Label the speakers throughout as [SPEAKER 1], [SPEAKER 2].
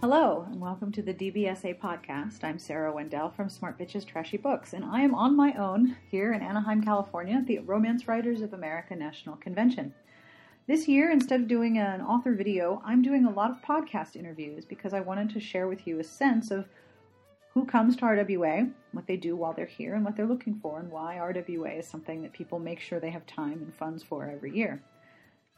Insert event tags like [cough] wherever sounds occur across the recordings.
[SPEAKER 1] Hello, and welcome to the DBSA podcast. I'm Sarah Wendell from Smart Bitches Trashy Books, and I am on my own here in Anaheim, California at the Romance Writers of America National Convention. This year, instead of doing an author video, I'm doing a lot of podcast interviews because I wanted to share with you a sense of who comes to RWA, what they do while they're here, and what they're looking for, and why RWA is something that people make sure they have time and funds for every year.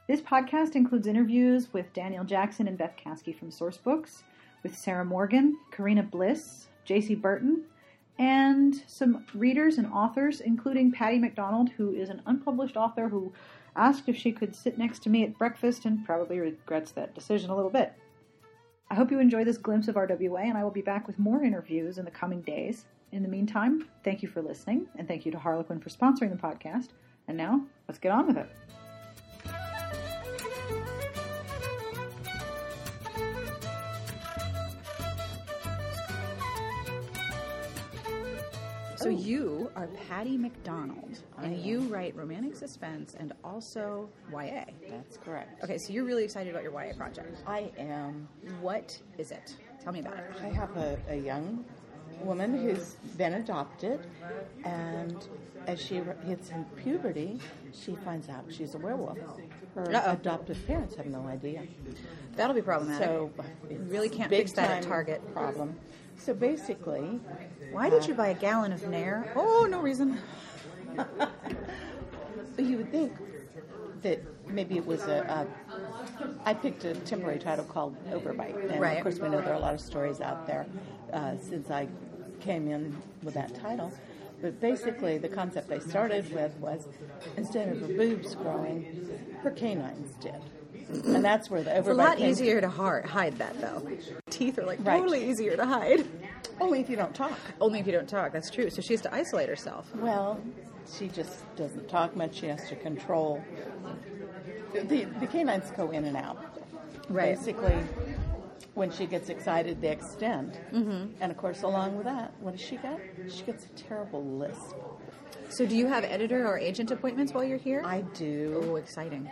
[SPEAKER 1] This podcast includes interviews with Daniel Jackson and Beth Caskey from Sourcebooks, with Sarah Morgan, Karina Bliss, JC Burton, and some readers and authors, including Patty McDonald, who is an unpublished author who asked if she could sit next to me at breakfast and probably regrets that decision a little bit. I hope you enjoy this glimpse of RWA, and I will be back with more interviews in the coming days. In the meantime, thank you for listening, and thank you to Harlequin for sponsoring the podcast. And now, let's get on with it. Oh.
[SPEAKER 2] So you are Patty McDonald, and you write romantic suspense and also YA.
[SPEAKER 3] That's correct.
[SPEAKER 2] Okay, so you're really excited about your YA project.
[SPEAKER 3] I am.
[SPEAKER 2] What is it? Tell me about it.
[SPEAKER 3] I have a, a young woman who's been adopted, and as she r- hits in puberty, she finds out she's a werewolf. Her
[SPEAKER 2] Uh-oh.
[SPEAKER 3] adoptive parents have no idea.
[SPEAKER 2] That'll be problematic.
[SPEAKER 3] So
[SPEAKER 2] you
[SPEAKER 3] it's
[SPEAKER 2] really can't
[SPEAKER 3] big
[SPEAKER 2] fix that at
[SPEAKER 3] time
[SPEAKER 2] Target.
[SPEAKER 3] problem. So basically,
[SPEAKER 2] Why did you buy a gallon of Nair? Oh, no reason.
[SPEAKER 3] [laughs] you would think that maybe it was a, a I picked a temporary title called Overbite, and
[SPEAKER 2] Right.
[SPEAKER 3] of course we know there are a lot of stories out there uh, since I came in with that title. But basically, the concept they started with was instead of her boobs growing, her canines did, and that's where the overbite.
[SPEAKER 2] It's a lot
[SPEAKER 3] came
[SPEAKER 2] easier to har- hide that though. Teeth are like
[SPEAKER 3] Right.
[SPEAKER 2] totally easier to hide.
[SPEAKER 3] Only if you don't talk.
[SPEAKER 2] Only if you don't talk. That's true. So she has to isolate herself.
[SPEAKER 3] Well, she just doesn't talk much. She has to control. The, the canines go in and out.
[SPEAKER 2] Right.
[SPEAKER 3] Basically, when she gets excited, they extend. Mm-hmm. And of course, along with that, what does she get? She gets a terrible lisp.
[SPEAKER 2] So do you have editor or agent appointments while you're here?
[SPEAKER 3] I do.
[SPEAKER 2] Oh, exciting.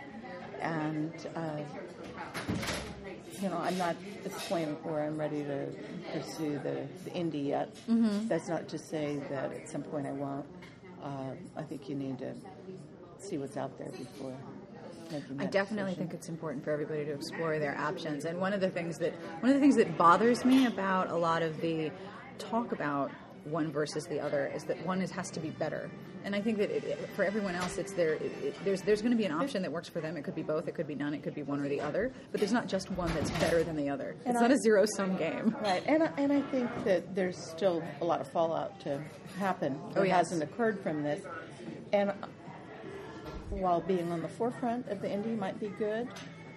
[SPEAKER 3] And, uh, you know, I'm not at the point where I'm ready to pursue the, the indie yet. That's not to say that at some point I won't. Uh, I think you need to see what's out there before making
[SPEAKER 2] I
[SPEAKER 3] that
[SPEAKER 2] definitely
[SPEAKER 3] decision.
[SPEAKER 2] think it's important for everybody to explore their options. And one of the things that one of the things that bothers me about a lot of the talk about one versus the other is that one is, has to be better. And I think that it, it- for everyone else, it's there. It, it, there's there's going to be an option that works for them. It could be both. It could be none. It could be one or the other. But there's not just one that's better than the other. It's not a zero sum game.
[SPEAKER 3] Right, and I, and I think that there's still a lot of fallout to happen that
[SPEAKER 2] Oh, yes.
[SPEAKER 3] hasn't occurred from this. And while being on the forefront of the indie might be good,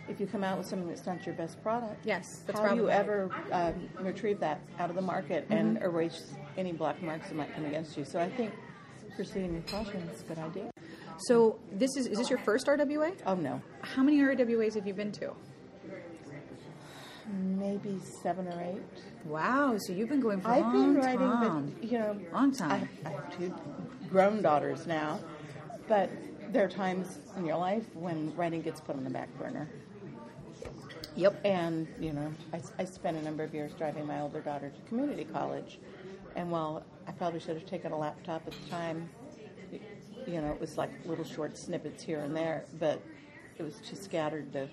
[SPEAKER 3] if you come out with something that's not your best product,
[SPEAKER 2] Yes, that's
[SPEAKER 3] how do you
[SPEAKER 2] problematic.
[SPEAKER 3] ever um, retrieve that out of the market
[SPEAKER 2] Mm-hmm.
[SPEAKER 3] and erase any black marks that might come against you? So I think pursuing your passion is a good idea.
[SPEAKER 2] So this is is this your first RWA?
[SPEAKER 3] Oh no,
[SPEAKER 2] How many RWAs have you been to?
[SPEAKER 3] maybe seven or eight.
[SPEAKER 2] Wow. So you've been going for a
[SPEAKER 3] I've been
[SPEAKER 2] long
[SPEAKER 3] writing,
[SPEAKER 2] time.
[SPEAKER 3] but you know,
[SPEAKER 2] Long time.
[SPEAKER 3] um, I, I have two grown daughters now, but there are times in your life when writing gets put on the back burner.
[SPEAKER 2] Yep.
[SPEAKER 3] And you know, I, I spent a number of years driving my older daughter to community college, and while I probably should have taken a laptop at the time, y- you know, it was like little short snippets here and there, but it was too scattered to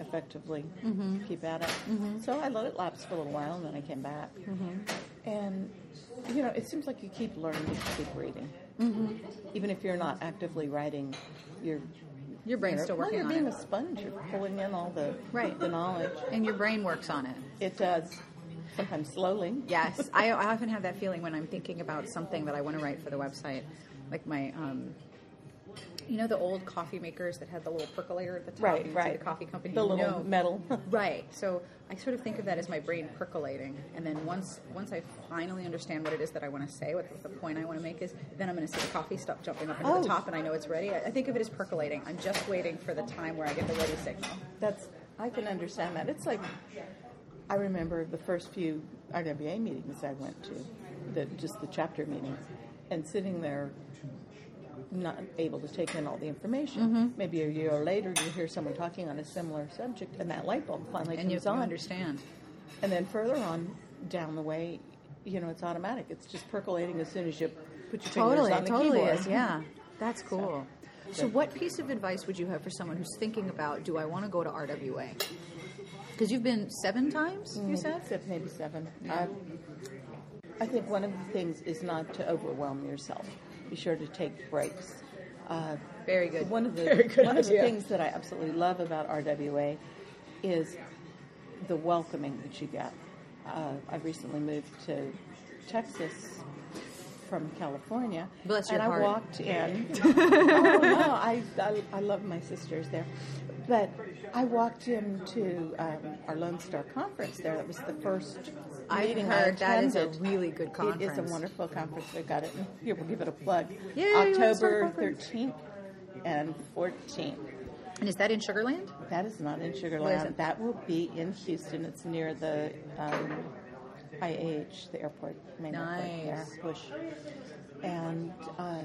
[SPEAKER 3] effectively
[SPEAKER 2] Mm-hmm.
[SPEAKER 3] keep at it. So I let it lapse for a little while, and then I came back.
[SPEAKER 2] Mm-hmm.
[SPEAKER 3] And you know, it seems like you keep learning if you keep reading,
[SPEAKER 2] Mm-hmm.
[SPEAKER 3] even if you're not actively writing. Your
[SPEAKER 2] Your brain's still working
[SPEAKER 3] well,
[SPEAKER 2] on
[SPEAKER 3] you're being
[SPEAKER 2] it.
[SPEAKER 3] a sponge. You're pulling in all the
[SPEAKER 2] Right.
[SPEAKER 3] the knowledge.
[SPEAKER 2] And your brain works on it.
[SPEAKER 3] It does. Sometimes slowly.
[SPEAKER 2] Yes, I, I often have that feeling when I'm thinking about something that I want to write for the website, like my, um, you know, the old coffee makers that had the little percolator at the top.
[SPEAKER 3] Right,
[SPEAKER 2] you could see
[SPEAKER 3] right.
[SPEAKER 2] The coffee company.
[SPEAKER 3] The
[SPEAKER 2] you
[SPEAKER 3] little
[SPEAKER 2] know.
[SPEAKER 3] [laughs] metal.
[SPEAKER 2] Right. So I sort of think of that as my brain percolating, and then once once I finally understand what it is that I want to say, what the, the point I want to make is, then I'm going to see the coffee stuff jumping up into
[SPEAKER 3] Oh.
[SPEAKER 2] the top, and I know it's ready. I, I think of it as percolating. I'm just waiting for the time where I get the ready signal.
[SPEAKER 3] That's I can understand that. It's like I remember the first few RWA meetings I went to, the, just the chapter meetings, and sitting there not able to take in all the information.
[SPEAKER 2] Mm-hmm.
[SPEAKER 3] Maybe a year later, you hear someone talking on a similar subject, and that light bulb finally
[SPEAKER 2] And you
[SPEAKER 3] comes
[SPEAKER 2] you
[SPEAKER 3] on.
[SPEAKER 2] understand.
[SPEAKER 3] And then further on down the way, you know, it's automatic. It's just percolating as soon as you put your
[SPEAKER 2] Totally,
[SPEAKER 3] fingers on
[SPEAKER 2] it
[SPEAKER 3] the
[SPEAKER 2] totally
[SPEAKER 3] keyboard.
[SPEAKER 2] is. Yeah, that's cool. So, what piece of advice would you have for someone who's thinking about, do I want to go to RWA? Because you've been seven times, you said.
[SPEAKER 3] Except [laughs] maybe Mm-hmm. seven. I, I think one of the things is not to overwhelm yourself. Be sure to take breaks. Uh,
[SPEAKER 2] Very good.
[SPEAKER 3] One of the
[SPEAKER 2] Very good
[SPEAKER 3] one of the
[SPEAKER 2] idea.
[SPEAKER 3] things that I absolutely love about RWA is the welcoming that you get. Uh, I recently moved to Texas from California,
[SPEAKER 2] Bless your
[SPEAKER 3] and
[SPEAKER 2] heart.
[SPEAKER 3] I walked in. [laughs] oh, no, I, I I love my sisters there, but I walked into um, our Lone Star conference there. That was the first
[SPEAKER 2] I've
[SPEAKER 3] meeting
[SPEAKER 2] heard
[SPEAKER 3] I
[SPEAKER 2] that is a
[SPEAKER 3] attended.
[SPEAKER 2] really good
[SPEAKER 3] It is a
[SPEAKER 2] conference.
[SPEAKER 3] wonderful conference. We got it. Here we'll give it a plug.
[SPEAKER 2] Yay, Lone Star
[SPEAKER 3] October
[SPEAKER 2] Conference.
[SPEAKER 3] thirteenth and fourteenth.
[SPEAKER 2] And is that in Sugarland?
[SPEAKER 3] That is not in Sugar
[SPEAKER 2] Where is
[SPEAKER 3] Land.
[SPEAKER 2] it?
[SPEAKER 3] That will be in Houston. It's near the um, IH, the airport, main airport there,
[SPEAKER 2] Nice.
[SPEAKER 3] Bush. And uh,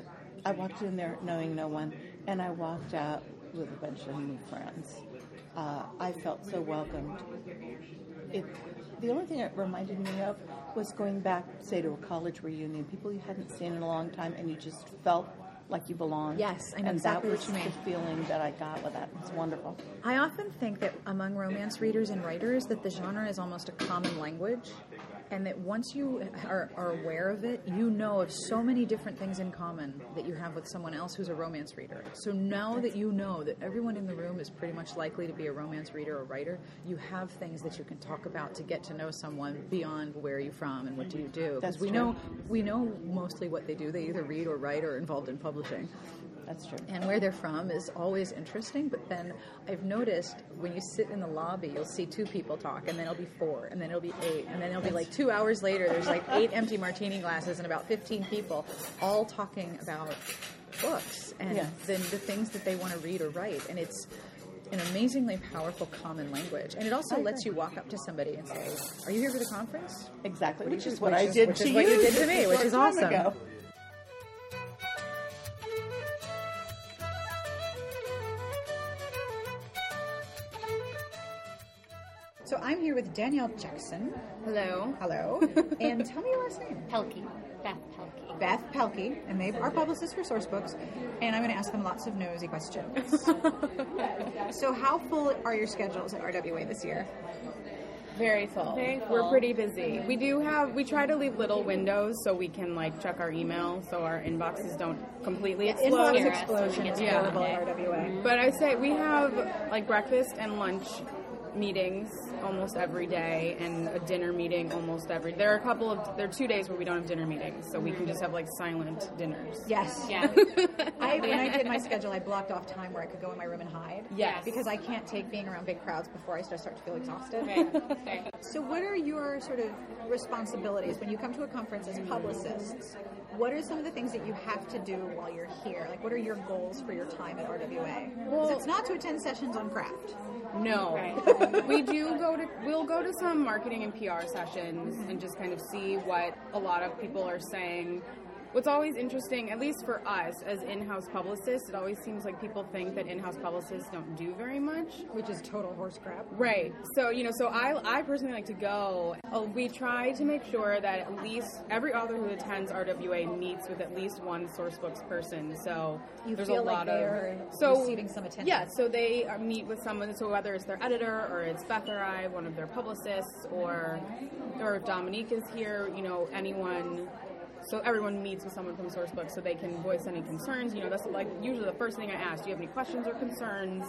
[SPEAKER 3] I walked in there knowing no one, and I walked out with a bunch of new friends. Uh, I felt so welcomed. It, the only thing it reminded me of was going back, say, to a college reunion, people you hadn't seen in a long time, and you just felt like you belonged.
[SPEAKER 2] Yes, I know
[SPEAKER 3] and
[SPEAKER 2] exactly
[SPEAKER 3] that
[SPEAKER 2] what
[SPEAKER 3] was
[SPEAKER 2] you mean.
[SPEAKER 3] the feeling that I got with that. It's wonderful.
[SPEAKER 2] I often think that among romance readers and writers that the genre is almost a common language and that once you are, are aware of it, you know of so many different things in common that you have with someone else who's a romance reader. So now that you know that everyone in the room is pretty much likely to be a romance reader or writer, you have things that you can talk about to get to know someone beyond where are you from and what do you do. Because
[SPEAKER 3] That's
[SPEAKER 2] we
[SPEAKER 3] true.
[SPEAKER 2] know we know mostly what they do. They either read or write or are involved in publishing
[SPEAKER 3] That's true.
[SPEAKER 2] and where they're from is always interesting. But then I've noticed when you sit in the lobby, you'll see two people talk, and then it'll be four, and then it'll be eight, and then it'll be like two hours later. There's like eight empty martini glasses and about 15 people all talking about books and
[SPEAKER 3] Yes.
[SPEAKER 2] then the things that they want to read or write, and it's. An amazingly powerful common language, and it also lets you walk up to somebody and say, "Are you here for the conference?"
[SPEAKER 3] Exactly, which, is
[SPEAKER 2] is-
[SPEAKER 3] what
[SPEAKER 2] which
[SPEAKER 3] I
[SPEAKER 2] is-
[SPEAKER 3] did
[SPEAKER 2] which
[SPEAKER 3] to
[SPEAKER 2] is what you did to me,
[SPEAKER 3] just [laughs] a
[SPEAKER 2] which is
[SPEAKER 3] short
[SPEAKER 2] awesome.
[SPEAKER 3] time ago.
[SPEAKER 2] So I'm here with Danielle Jackson.
[SPEAKER 4] Hello, [laughs]
[SPEAKER 2] Hello, and tell me your last name.
[SPEAKER 4] Pelkey, Beth Pelkey.
[SPEAKER 2] Beth Pelkey, and they are publicists for Sourcebooks, and I'm going to ask them lots of nosy questions. so, how full are your schedules at RWA this year?
[SPEAKER 5] Very full.
[SPEAKER 4] [laughs] Very full.
[SPEAKER 5] We're pretty busy. We do have, we try to leave little windows so we can like check our email so our inboxes don't completely explode.
[SPEAKER 4] Inbox explosion
[SPEAKER 5] is Yeah. available at
[SPEAKER 2] RWA.
[SPEAKER 5] But I say we have like breakfast and lunch meetings almost every day and a dinner meeting almost every there are a couple of there are two days where we don't have dinner meetings so we can just have like silent dinners
[SPEAKER 6] Yes.
[SPEAKER 2] [laughs]
[SPEAKER 5] [laughs]
[SPEAKER 4] Yeah.
[SPEAKER 6] I, when I
[SPEAKER 4] [laughs]
[SPEAKER 6] did my schedule, I blocked off time where I could go in my room and hide.
[SPEAKER 5] Yes.
[SPEAKER 6] Because I can't take being around big crowds before I start start to feel exhausted.
[SPEAKER 4] Right, right.
[SPEAKER 6] So, what are your sort of responsibilities when you come to a conference as publicists? What are some of the things that you have to do while you're here? Like, what are your goals for your time at RWA? 'Cause it's not to attend sessions on craft.
[SPEAKER 5] No.
[SPEAKER 4] Right.
[SPEAKER 5] we do go to we'll go to some marketing and PR sessions and just kind of see what a lot of people are saying. What's always interesting, at least for us as in-house publicists, it always seems like people think that in-house publicists don't do very much.
[SPEAKER 6] Which is total horse crap.
[SPEAKER 5] Right. So, you know, so I, I personally like to go. Uh, we try to make sure that at least every author who attends RWA meets with at least one sourcebooks person. So
[SPEAKER 6] You
[SPEAKER 5] there's
[SPEAKER 6] feel
[SPEAKER 5] a lot
[SPEAKER 6] like they're
[SPEAKER 5] of so
[SPEAKER 6] receiving some attention.
[SPEAKER 5] Yeah. So they uh, meet with someone. So whether it's their editor or it's Beth or I, one of their publicists, or or if Dominique is here, you know, anyone. So everyone meets with someone from sourcebooks so they can voice any concerns. You know, that's like usually the first thing I ask. Do you have any questions or concerns?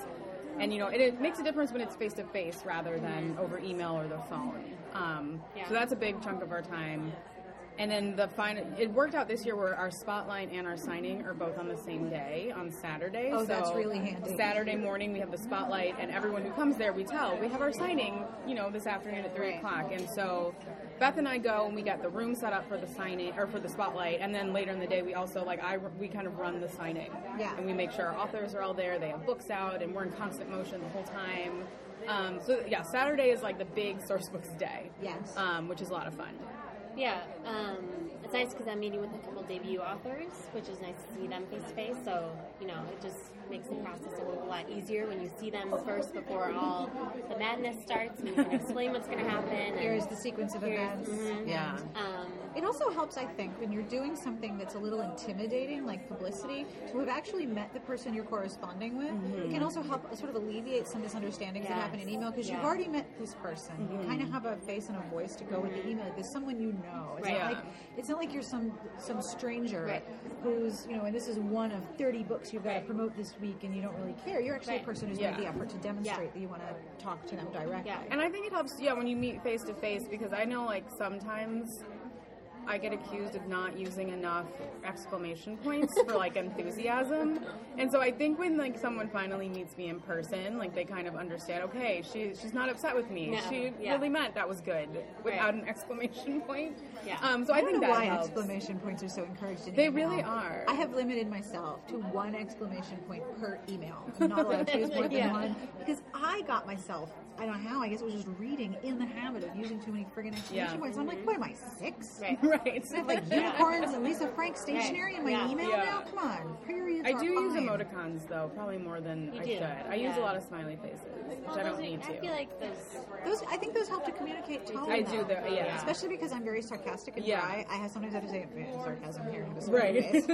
[SPEAKER 5] And you know, it, it makes a difference when it's face to face rather than over email or the phone. Um,
[SPEAKER 4] Yeah.
[SPEAKER 5] So that's a big chunk of our time. And then the final, it worked out this year where our spotlight and our signing are both on the same day on Saturday.
[SPEAKER 6] Oh,
[SPEAKER 5] so
[SPEAKER 6] that's really handy.
[SPEAKER 5] Saturday morning we have the spotlight, and everyone who comes there we tell we have our signing, you know, this afternoon at three
[SPEAKER 6] Right.
[SPEAKER 5] o'clock. And so Beth and I go and we get the room set up for the signing or for the spotlight, and then later in the day we also like I we kind of run the signing,
[SPEAKER 6] Yeah.
[SPEAKER 5] and we make sure our authors are all there, they have books out, and we're in constant motion the whole time. Um, so yeah, Saturday is like the big sourcebooks day,
[SPEAKER 6] Yes.
[SPEAKER 5] um, which is a lot of fun.
[SPEAKER 7] Yeah, um, it's nice because I'm meeting with a couple debut authors, which is nice to see them face to face. So you know, it just makes the process a whole lot easier when you see them first before all the madness starts, and you can explain what's going to happen. and
[SPEAKER 2] Here's the sequence of
[SPEAKER 7] here's-
[SPEAKER 2] events.
[SPEAKER 5] Mm-hmm.
[SPEAKER 7] mhm.
[SPEAKER 8] Yeah.
[SPEAKER 7] Um,
[SPEAKER 2] It also helps, I think, when you're doing something that's a little intimidating, like publicity, to have actually met the person you're corresponding with. It can also help sort of alleviate some misunderstandings that happen in
[SPEAKER 7] Mm-hmm. Yes.
[SPEAKER 2] email because you've
[SPEAKER 7] Yeah. Mm-hmm.
[SPEAKER 2] already met this
[SPEAKER 7] [laughs]
[SPEAKER 2] person. You kind of have a face and a voice to go with the email. There's someone you know. It's
[SPEAKER 7] Right.
[SPEAKER 2] not like it's not like you're some some stranger
[SPEAKER 7] Right.
[SPEAKER 2] who's you know, and this is one of 30 books you've got to promote this week, and you don't really care. You're actually a
[SPEAKER 7] Right.
[SPEAKER 2] person who's made
[SPEAKER 5] Yeah.
[SPEAKER 2] the effort to demonstrate that you want to talk to them directly.
[SPEAKER 7] yeah.
[SPEAKER 5] And I think it helps, yeah, when you meet face to face because I know like sometimes I get accused of not using enough exclamation points
[SPEAKER 7] [laughs]
[SPEAKER 5] for like enthusiasm. And so I think when like someone finally meets me in person, like they kind of understand, okay, she she's not upset with me.
[SPEAKER 7] No,
[SPEAKER 5] she
[SPEAKER 7] yeah.
[SPEAKER 5] really meant that was good without an exclamation point.
[SPEAKER 7] Yeah.
[SPEAKER 5] Um so I,
[SPEAKER 2] I don't
[SPEAKER 5] think
[SPEAKER 2] know
[SPEAKER 5] that
[SPEAKER 2] why
[SPEAKER 5] [laughs] helps.
[SPEAKER 2] exclamation points are so encouraged. In
[SPEAKER 5] They
[SPEAKER 2] email.
[SPEAKER 5] really are.
[SPEAKER 2] I have limited myself to one exclamation point per email. I'm not allowed to use
[SPEAKER 5] [laughs]
[SPEAKER 2] more than
[SPEAKER 7] Yeah.
[SPEAKER 2] one because I got myself. I don't know how. I guess it was just reading in the habit of using too many friggin' exclamation
[SPEAKER 5] Yeah. Mm-hmm.
[SPEAKER 2] points. I'm like, what am I six? [laughs]
[SPEAKER 7] Right.
[SPEAKER 5] right.
[SPEAKER 2] I have like unicorns and Lisa Frank stationery in my
[SPEAKER 7] Yeah.
[SPEAKER 2] email
[SPEAKER 5] Yeah.
[SPEAKER 2] now. Come on, periods.
[SPEAKER 5] I
[SPEAKER 2] are
[SPEAKER 5] do use
[SPEAKER 2] fine.
[SPEAKER 5] emoticons though, probably more than
[SPEAKER 7] You
[SPEAKER 5] I
[SPEAKER 7] do,
[SPEAKER 5] should. I use a
[SPEAKER 7] yeah.
[SPEAKER 5] lot of smiley faces, which
[SPEAKER 7] Well,
[SPEAKER 5] I
[SPEAKER 7] those
[SPEAKER 5] don't
[SPEAKER 7] are-
[SPEAKER 5] need
[SPEAKER 7] I
[SPEAKER 5] to.
[SPEAKER 7] feel like those.
[SPEAKER 2] Those I think those help to communicate tone.
[SPEAKER 5] I do,
[SPEAKER 2] though.
[SPEAKER 5] though, yeah.
[SPEAKER 2] Especially because I'm very sarcastic and
[SPEAKER 5] Yeah.
[SPEAKER 2] dry. I have sometimes I have to say advanced sarcasm here. in a certain
[SPEAKER 5] Right. [laughs]
[SPEAKER 2] Place.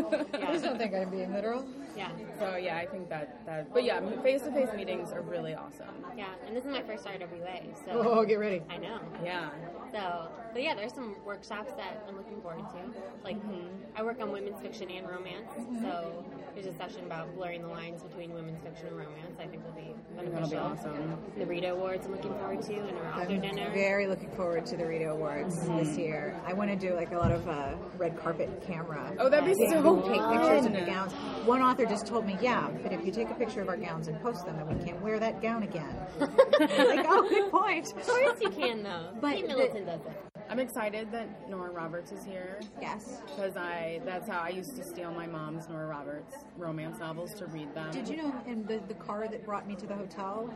[SPEAKER 2] Please don't think I'm being literal.
[SPEAKER 7] Yeah.
[SPEAKER 5] So yeah, I think that that. But yeah, face to face meetings are really awesome.
[SPEAKER 7] Yeah. And this is my first RWA, so
[SPEAKER 2] [laughs] Oh, get ready.
[SPEAKER 7] I know.
[SPEAKER 5] Yeah.
[SPEAKER 7] So, but yeah, there's some workshops that I'm looking forward to. Like,
[SPEAKER 2] Mm-hmm.
[SPEAKER 7] I work on women's fiction and romance, so there's a session about blurring the lines between women's fiction and romance. I think will be
[SPEAKER 5] That'll
[SPEAKER 7] beneficial.
[SPEAKER 5] be awesome.
[SPEAKER 7] The Rita Awards I'm looking forward to, and our author
[SPEAKER 2] I'm
[SPEAKER 7] dinner.
[SPEAKER 2] very looking forward to the Rita Awards
[SPEAKER 5] Mm-hmm.
[SPEAKER 2] this year. I want to do like a lot of uh, red carpet camera.
[SPEAKER 5] Oh, that'd be
[SPEAKER 2] Yeah,
[SPEAKER 5] so
[SPEAKER 2] and Take pictures of the
[SPEAKER 5] fun.
[SPEAKER 2] gowns. One author just told me, yeah, but if you take a picture of our gowns and post them, then we can't wear that gown again.
[SPEAKER 7] [laughs]
[SPEAKER 2] like, oh, good point.
[SPEAKER 7] Of course you can though.
[SPEAKER 2] But
[SPEAKER 7] Kate
[SPEAKER 2] the-
[SPEAKER 7] Middleton does it.
[SPEAKER 5] I'm excited that Nora Roberts is here
[SPEAKER 2] Yes.
[SPEAKER 5] because I that's how I used to steal my mom's Nora Roberts romance novels to read them.
[SPEAKER 2] Did you know in the, the car that brought me to the hotel,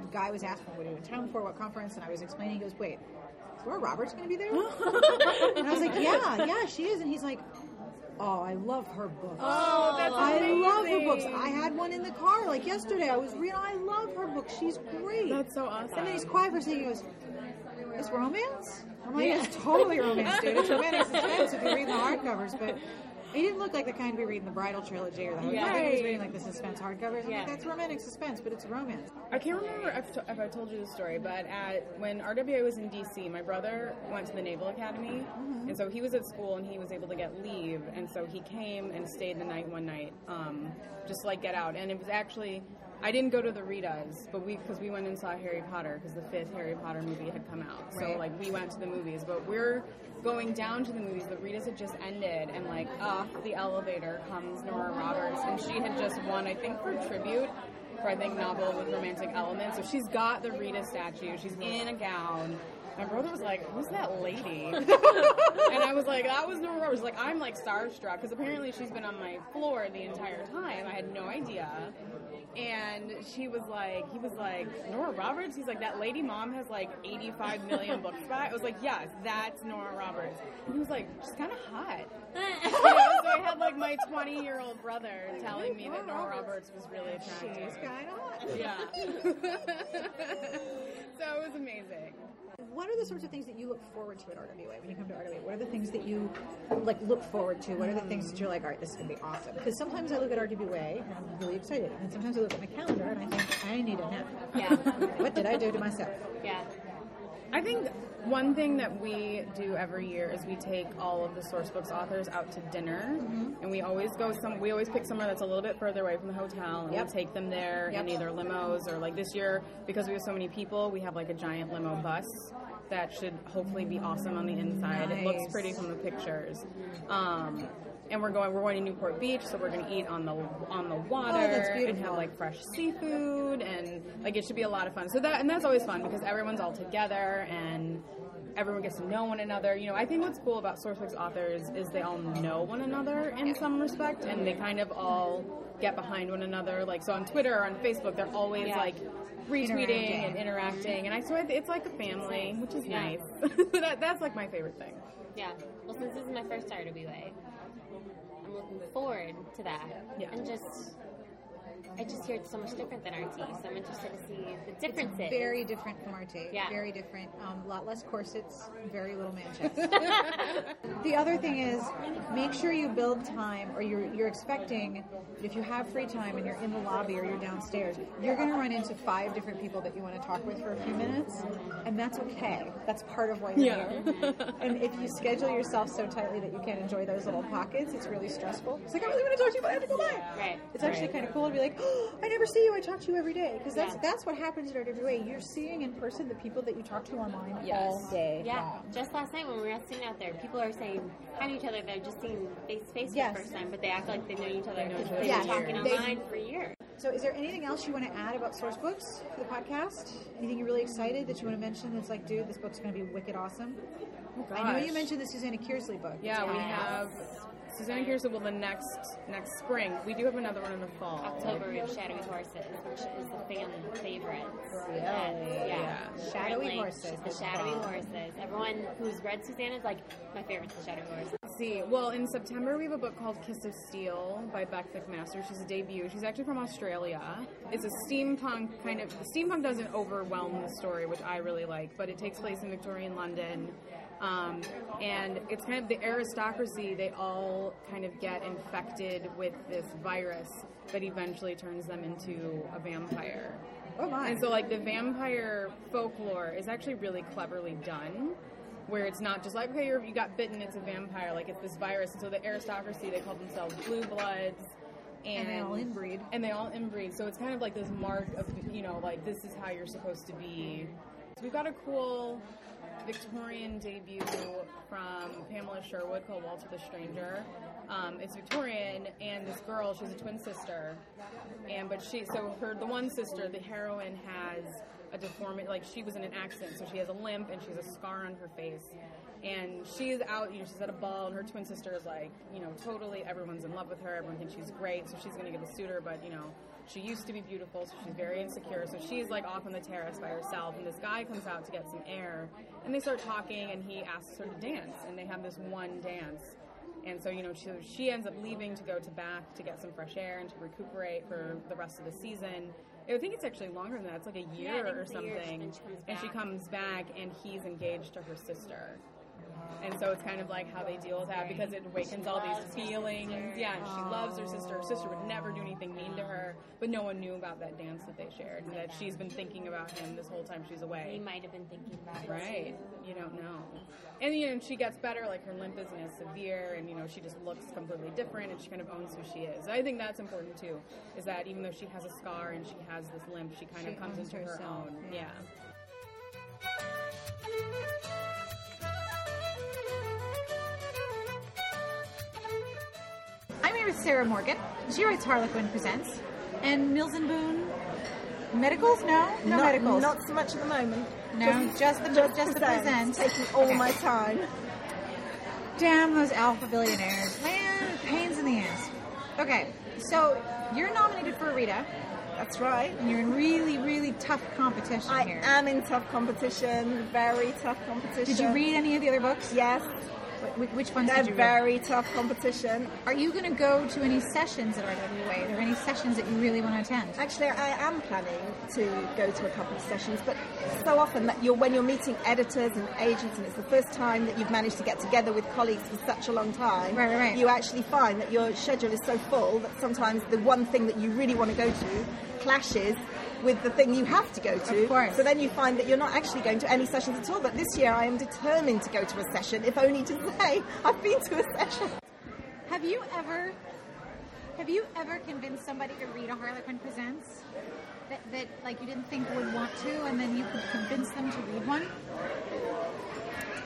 [SPEAKER 2] the guy was asking what he was in town for, what conference, and I was explaining, he goes, wait, is Laura Roberts going to
[SPEAKER 5] [laughs]
[SPEAKER 2] be there? and I was like, yeah, yeah, she is. And he's like, oh, I love her books.
[SPEAKER 5] Oh, that's
[SPEAKER 2] I love her books.
[SPEAKER 5] amazing.
[SPEAKER 2] I had one in the car like yesterday. I was reading. I love her books. She's great.
[SPEAKER 5] That's so awesome.
[SPEAKER 2] And then he's quiet for a second. He goes, "It's romance." I'm like, "It's totally romance,
[SPEAKER 5] [laughs]
[SPEAKER 2] dude. It's romantic intense if you read the hardcovers." But he didn't look like the kind to be reading the bridal trilogy or the. Oh, Yeah. I think he was reading like the suspense hardcovers. I'm
[SPEAKER 7] Yeah.
[SPEAKER 2] like, "That's romantic suspense, but it's romance."
[SPEAKER 5] I can't remember if, to, if I told you the story, but at, when RWA was in DC, my brother went to the Naval Academy, and so he was at school and he was able to get leave, and so he came and stayed the night one night, um, just to, like get out. And it was actually I didn't go to the Ritas, but we because we went and saw Harry Potter because the fifth Harry Potter movie had come out, so
[SPEAKER 2] Right.
[SPEAKER 5] like we went to the movies. But we're going down to the movies. The Ritas had just ended, and like off the elevator comes Nora Roberts, and she had just won, I think, for tribute for I think novel with romantic elements. So she's got the Rita statue. She's in a gown. My brother was like, "Who's that lady?" [laughs] and I was like, "That was Nora Roberts." Like I'm like starstruck because apparently she's been on my floor the entire time. I had no idea. And she was like, he was like, Nora Roberts. He's like, that lady mom has like 85 million books by. I was like, yes, that's Nora Roberts. And he was like, she's kind of
[SPEAKER 2] [laughs]
[SPEAKER 5] hot. You know, so I had like my 20 year old brother telling me that Nora Roberts was really attractive.
[SPEAKER 2] She's kind of hot.
[SPEAKER 5] Yeah. so [laughs] it was amazing.
[SPEAKER 2] What are the sorts of things that you look forward to at RWA when you come to RWA? What are the things that you like look forward to? What are the things that you're like, all right, this is gonna be awesome? Because sometimes I look at RWA and I'm really excited, and sometimes I look at my calendar and I think I need a nap.
[SPEAKER 7] Yeah.
[SPEAKER 2] What did I do to myself?
[SPEAKER 7] yeah.
[SPEAKER 5] I think one thing that we do every year is we take all of the sourcebooks authors out to dinner,
[SPEAKER 2] Mm-hmm.
[SPEAKER 5] and we always go some. We always pick somewhere that's a little bit further away from the hotel, and
[SPEAKER 2] Yep.
[SPEAKER 5] we take them there in
[SPEAKER 2] Yep.
[SPEAKER 5] either limos or like this year because we have so many people, we have like a giant limo bus that should hopefully be awesome on the inside. It looks
[SPEAKER 2] Nice.
[SPEAKER 5] pretty from the pictures. Um, and we're going. We're going to Newport Beach, so we're going to eat on the on the water
[SPEAKER 2] Oh, that's
[SPEAKER 5] and have
[SPEAKER 2] beautiful.
[SPEAKER 5] like fresh seafood and like it should be a lot of fun. So that and that's always fun because everyone's all together and everyone gets to know one another. You know, I think what's cool about SourceBooks authors is they all know one another in some respect, and they kind of all get behind one another. Like so on Twitter or on Facebook, they're always
[SPEAKER 7] Yeah.
[SPEAKER 5] like retweeting and
[SPEAKER 2] Interacting.
[SPEAKER 5] interacting, and I so I- it's like a family, which is
[SPEAKER 7] Yeah.
[SPEAKER 5] nice. [laughs] that, that's like my favorite thing.
[SPEAKER 7] Yeah. Well, since this is my first RWA, I'm looking forward to that.
[SPEAKER 5] Yeah.
[SPEAKER 7] And just, I just hear it's so much different than RT, so I'm interested to see the differences.
[SPEAKER 2] Very different from RT.
[SPEAKER 7] Yeah.
[SPEAKER 2] Very different. A um, lot less corsets, very little manchets. the other thing is make sure you build time or you're, you're expecting that if you have free time and you're in the lobby or you're downstairs, you're going to run into five different people that you want to talk with for a few minutes. And that's okay. That's part of why you're here. and if you schedule yourself so tightly that you can't enjoy those little pockets, it's really stressful. It's like, I really want to talk to you, but I have to go by.
[SPEAKER 7] Right.
[SPEAKER 2] It's actually kind of cool to be like, oh, I never see you. I talk to you every day because that's
[SPEAKER 7] Yeah.
[SPEAKER 2] that's what happens at RWA. You're seeing in person the people that you talk to online all day.
[SPEAKER 7] Yeah,
[SPEAKER 2] long.
[SPEAKER 7] just last night when we were sitting out there, people are saying hi to each other. They're just seeing face to face for
[SPEAKER 2] Yes.
[SPEAKER 7] the first time, but they act like they know each other because they've been
[SPEAKER 2] Yeah.
[SPEAKER 7] talking
[SPEAKER 2] They-
[SPEAKER 7] online for years.
[SPEAKER 2] So, is there anything else you want to add about source books for the podcast? Anything you're really excited that you want to mention? That's like, dude, this book's going to be wicked awesome.
[SPEAKER 7] Oh,
[SPEAKER 2] I know you
[SPEAKER 5] Gosh.
[SPEAKER 2] mentioned the Susanna Kearsley book.
[SPEAKER 5] Yeah, we have Susanna Kirsten. Well, the next next spring, we do have another one in the fall.
[SPEAKER 7] October we have Shadowy Horses, which is the fan favorite. yeah.
[SPEAKER 2] Shadowy
[SPEAKER 7] Apparently,
[SPEAKER 2] Horses
[SPEAKER 7] The
[SPEAKER 2] is
[SPEAKER 7] Shadowy
[SPEAKER 2] bomb.
[SPEAKER 7] Horses. Everyone who's read Susanna is like, my favorite's the Shadowy Horses.
[SPEAKER 5] Let's see. Well, in September we have a book called Kiss of Steel by Beck McMaster. She's a debut. She's actually from Australia. It's a steampunk kind of steampunk doesn't overwhelm the story, which I really like, but it takes place in Victorian London. Um, and it's kind of the aristocracy, they all kind of get infected with this virus that eventually turns them into a vampire.
[SPEAKER 2] Oh my.
[SPEAKER 5] And so, like, the vampire folklore is actually really cleverly done, where it's not just like, okay, you're, you got bitten, it's a vampire. Like, it's this virus. And so, the aristocracy, they call themselves blue bloods. And,
[SPEAKER 2] And they all inbreed.
[SPEAKER 5] And they all inbreed. So, it's kind of like this mark of, you know, like, this is how you're supposed to be. So, we've got a cool Victorian debut from Pamela Sherwood called Waltz with a Stranger. Um, it's Victorian, and this girl, she's a twin sister, and but she, so her the one sister, the heroine has a deformity, like she was in an accident, so she has a limp and she has a scar on her face, and she's out, you know, she's at a ball, and her twin sister is like, you know, totally, everyone's in love with her, everyone thinks she's great, so she's gonna get a suitor, but you know, she used to be beautiful, so she's very insecure. So she's like off on the terrace by herself, and this guy comes out to get some air, and they start talking, and he asks her to dance, and they have this one dance. And so, you know, she, she ends up leaving to go to Bath to get some fresh air and to recuperate for the rest of the season. I think it's actually longer than that. It's like a
[SPEAKER 7] Yeah, I
[SPEAKER 5] year
[SPEAKER 7] think
[SPEAKER 5] or
[SPEAKER 7] it's a year,
[SPEAKER 5] something.
[SPEAKER 7] and she comes
[SPEAKER 5] and she
[SPEAKER 7] back.
[SPEAKER 5] comes back, and he's engaged to her sister. And so it's kind of like how they deal with that because it awakens all
[SPEAKER 7] loves her
[SPEAKER 5] these feelings.
[SPEAKER 7] sister.
[SPEAKER 5] Yeah, and she loves her sister. Her sister would never do anything mean to her, but no one knew about that dance that they shared and that she's been thinking about him this whole time she's
[SPEAKER 7] He
[SPEAKER 5] away.
[SPEAKER 7] might have been thinking about it.
[SPEAKER 5] Right. You don't know. And you know, she gets better, like her limp isn't as severe and you know, she just looks completely different and she kind of owns who she is. I think that's important too, is that even though she has a scar and she has this limp, she kind
[SPEAKER 2] She
[SPEAKER 5] of comes
[SPEAKER 2] owns
[SPEAKER 5] into her
[SPEAKER 2] herself,
[SPEAKER 5] own.
[SPEAKER 2] yeah.
[SPEAKER 5] yeah.
[SPEAKER 2] I'm here with Sarah Morgan. She writes Harlequin Presents. And Mills and Boone. Medicals? No, no
[SPEAKER 3] not,
[SPEAKER 2] medicals.
[SPEAKER 3] not so much at the moment.
[SPEAKER 2] no, just, the just, the presents.
[SPEAKER 3] Taking all
[SPEAKER 2] Okay.
[SPEAKER 3] my time.
[SPEAKER 2] Damn those alpha billionaires. Man, pains in the ass. Okay, so you're nominated for a Rita,
[SPEAKER 3] That's right.
[SPEAKER 2] and you're in really, really tough competition
[SPEAKER 3] I
[SPEAKER 2] here.
[SPEAKER 3] am in tough competition, very tough competition.
[SPEAKER 2] Did you read any of the other books?
[SPEAKER 3] Yes,
[SPEAKER 2] Wh- wh- which ones
[SPEAKER 3] they're
[SPEAKER 2] did you read?
[SPEAKER 3] very tough competition.
[SPEAKER 2] Are you going to go to any sessions at RWA? Are there any sessions that you really want to attend?
[SPEAKER 3] Actually, I am planning to go to a couple of sessions, but so often that you're when you're meeting editors and agents, and it's the first time that you've managed to get together with colleagues for such a long time.
[SPEAKER 2] Right, right, right.
[SPEAKER 3] You actually find that your schedule is so full that sometimes the one thing that you really want to go to clashes with the thing you have to go to.
[SPEAKER 2] Of course.
[SPEAKER 3] So then you find that you're not actually going to any sessions at all. But this year, I am determined to go to a session, if only to say [laughs] I've been to a session.
[SPEAKER 2] Have you ever, have you ever convinced somebody to read a Harlequin Presents that, that like you didn't think would want to, and then you could convince them to read one?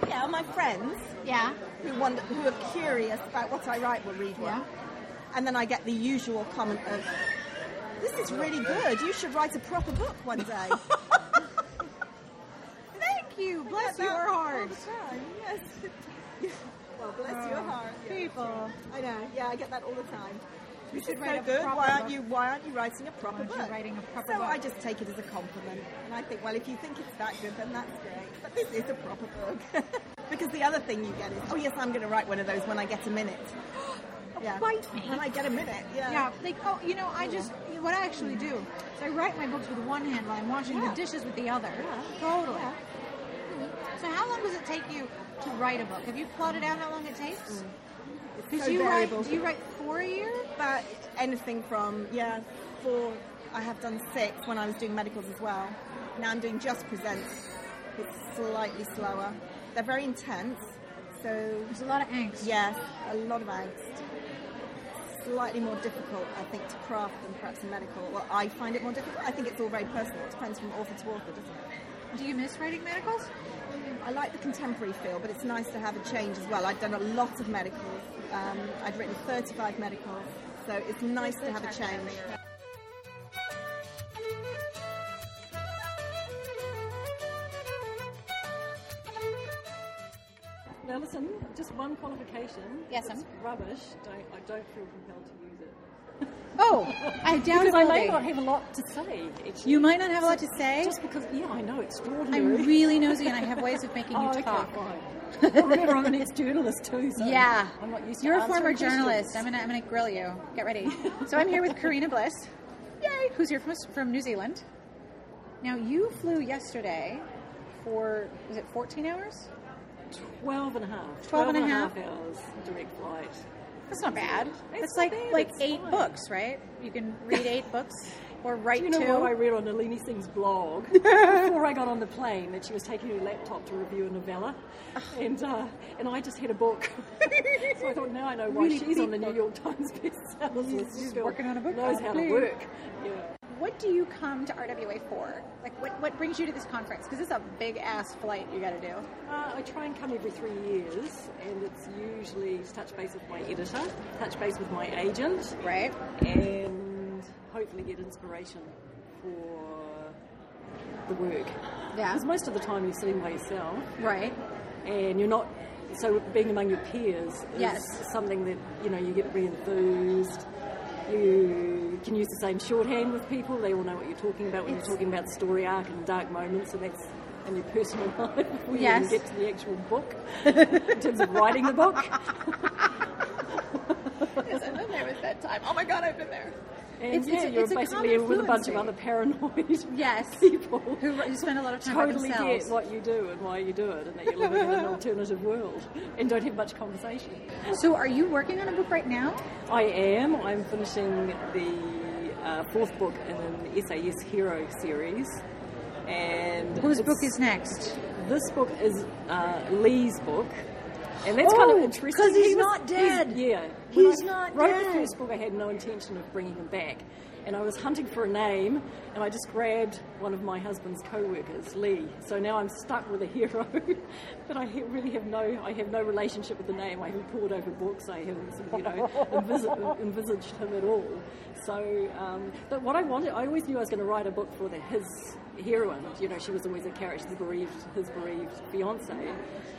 [SPEAKER 3] Yeah, my friends.
[SPEAKER 2] Yeah.
[SPEAKER 3] who wonder, who are curious about what I write will read one.
[SPEAKER 2] Yeah.
[SPEAKER 3] And then I get the usual comment of, "This
[SPEAKER 2] [laughs]
[SPEAKER 3] is really good. You should write a proper book one day." Thank
[SPEAKER 2] you. Bless your heart.
[SPEAKER 9] Yes. [laughs] well, bless your heart. Yeah.
[SPEAKER 2] People.
[SPEAKER 9] I know. Yeah, I get that all the time.
[SPEAKER 2] You should
[SPEAKER 9] It's
[SPEAKER 2] write
[SPEAKER 9] so
[SPEAKER 2] a
[SPEAKER 9] good.
[SPEAKER 2] proper
[SPEAKER 9] Why aren't
[SPEAKER 2] book.
[SPEAKER 9] you? Why aren't you writing a proper
[SPEAKER 2] aren't you
[SPEAKER 9] book?
[SPEAKER 2] writing a proper
[SPEAKER 9] so
[SPEAKER 2] book?
[SPEAKER 9] I just take it as a compliment, and I think, well, if you think it's that good, then that's great. But this is a proper book. [laughs] because the other thing you get is, oh yes, I'm going to write one of those when I get a minute. [gasps] yeah.
[SPEAKER 2] Bite me.
[SPEAKER 9] When I get a minute. Yeah.
[SPEAKER 2] Yeah, like oh, you know, I just what I actually do is I write my books with one hand while I'm washing the
[SPEAKER 9] Yeah.
[SPEAKER 2] dishes with the other. Totally. So how long does it take you to write a book? Have you plotted out how long it
[SPEAKER 9] Mm.
[SPEAKER 2] takes? Because
[SPEAKER 9] so
[SPEAKER 2] you
[SPEAKER 9] variable.
[SPEAKER 2] write, do you write four a year?
[SPEAKER 9] But anything from yeah four. I have done six when I was doing medicals as well. Now I'm doing just presents. It's slightly slower. They're very intense. So
[SPEAKER 2] There's a lot of angst.
[SPEAKER 9] Yes, a lot of angst. Slightly more difficult, I think, to craft than perhaps in medical. Well, I find it more difficult. I think it's all very personal. It depends from author to author, doesn't it?
[SPEAKER 2] Do you miss writing medicals?
[SPEAKER 9] I like the contemporary feel, but it's nice to have a change as well. I've done a lot of medicals. Um, I'd written 35 medicals, so it's nice to have a change.
[SPEAKER 10] Now listen, just one qualification.
[SPEAKER 2] Yes,
[SPEAKER 10] If it's
[SPEAKER 2] ma'am.
[SPEAKER 10] rubbish. Don't I don't feel compelled to use it
[SPEAKER 2] Oh, I
[SPEAKER 10] because I may
[SPEAKER 2] downloaded.
[SPEAKER 10] not have a lot to say. Actually.
[SPEAKER 2] You might not have a lot to say.
[SPEAKER 10] Just because, yeah, I know extraordinary.
[SPEAKER 2] I'm really nosy and I have ways
[SPEAKER 10] [laughs]
[SPEAKER 2] of making you
[SPEAKER 10] oh, okay,
[SPEAKER 2] talk.
[SPEAKER 10] fine. Well, Remember, I'm an ex-journalist too, so
[SPEAKER 2] Yeah.
[SPEAKER 10] I'm not used to
[SPEAKER 2] You're a
[SPEAKER 10] answering
[SPEAKER 2] former
[SPEAKER 10] questions.
[SPEAKER 2] journalist. I'm gonna I'm gonna grill you. Get ready. So I'm here with
[SPEAKER 10] [laughs]
[SPEAKER 2] Karina Bliss. Yay! Who's here from from New Zealand? Now you flew yesterday for was it 14 hours?
[SPEAKER 10] 12 and a half.
[SPEAKER 2] 12 and a half.
[SPEAKER 10] hours direct flight.
[SPEAKER 2] That's not bad.
[SPEAKER 10] It's
[SPEAKER 2] That's
[SPEAKER 10] not
[SPEAKER 2] like
[SPEAKER 10] bad,
[SPEAKER 2] like
[SPEAKER 10] it's
[SPEAKER 2] eight
[SPEAKER 10] fine.
[SPEAKER 2] books, right? You can read eight books or write
[SPEAKER 10] Do you know
[SPEAKER 2] two.
[SPEAKER 10] what I read on Nalini Singh's
[SPEAKER 2] [laughs]
[SPEAKER 10] blog before I got on the plane that she was taking her laptop to review a novella, and uh, and I just had a book, [laughs] so I thought now I know why
[SPEAKER 2] Really
[SPEAKER 10] she's on the
[SPEAKER 2] big
[SPEAKER 10] New York Times [laughs] bestsellers.
[SPEAKER 2] She's-
[SPEAKER 10] list. This
[SPEAKER 2] she's
[SPEAKER 10] girl
[SPEAKER 2] working on a book Oh,
[SPEAKER 10] Knows
[SPEAKER 2] club,
[SPEAKER 10] how
[SPEAKER 2] too.
[SPEAKER 10] to work. Yeah.
[SPEAKER 2] what do you come to RWA for? Like what what brings you to this conference? Because it's a big ass flight you got to do.
[SPEAKER 10] Uh, I try and come every three years, and it's usually to touch base with my editor, touch base with my agent,
[SPEAKER 2] Right.
[SPEAKER 10] and hopefully get inspiration for the work.
[SPEAKER 2] Yeah.
[SPEAKER 10] Because most of the time you're sitting by yourself,
[SPEAKER 2] Right.
[SPEAKER 10] and you're not so being among your peers is
[SPEAKER 2] Yes.
[SPEAKER 10] something that you know you get re-enthused you can use the same shorthand with people they all know what you're talking about when you're talking about the story arc and dark moments and that's in your personal [laughs] life before you
[SPEAKER 2] Yes.
[SPEAKER 10] even get to the actual book
[SPEAKER 2] [laughs]
[SPEAKER 10] in terms of writing the book and
[SPEAKER 2] It's-
[SPEAKER 10] yeah,
[SPEAKER 2] it's a-
[SPEAKER 10] you're
[SPEAKER 2] it's a
[SPEAKER 10] basically
[SPEAKER 2] common
[SPEAKER 10] with a bunch of
[SPEAKER 2] fluency.
[SPEAKER 10] other paranoid [laughs]
[SPEAKER 2] Yes.
[SPEAKER 10] people
[SPEAKER 2] Who, who spend a lot of time by
[SPEAKER 10] totally
[SPEAKER 2] themselves.
[SPEAKER 10] get what you do and why you do it and that you're living in an alternative world and don't have much conversation
[SPEAKER 2] So are you working on a book right now?
[SPEAKER 10] I am. I'm finishing the uh, fourth book in an SAS Hero series. And
[SPEAKER 2] Whose
[SPEAKER 10] it's-
[SPEAKER 2] book is next?
[SPEAKER 10] this book is uh, Lee's book, and that's kind
[SPEAKER 2] Oh,
[SPEAKER 10] of interesting
[SPEAKER 2] 'cause he's
[SPEAKER 10] He was-
[SPEAKER 2] not dead.
[SPEAKER 10] he's- yeah,
[SPEAKER 2] He's
[SPEAKER 10] when I
[SPEAKER 2] not
[SPEAKER 10] wrote
[SPEAKER 2] dead.
[SPEAKER 10] the first book, I had no intention of bringing him back, and I was hunting for a name, and I just grabbed one of my husband's co-workers, Lee. So now I'm stuck with a hero, [laughs] but I ha- really have no, I have no relationship with the name. I haven't poured over books. I haven't, sort of, you know, envis- envisaged him at all. So, um, but what I wanted, I always knew I was going to write a book for the, his heroine. You know, she was always a character, his bereaved, his bereaved fiance.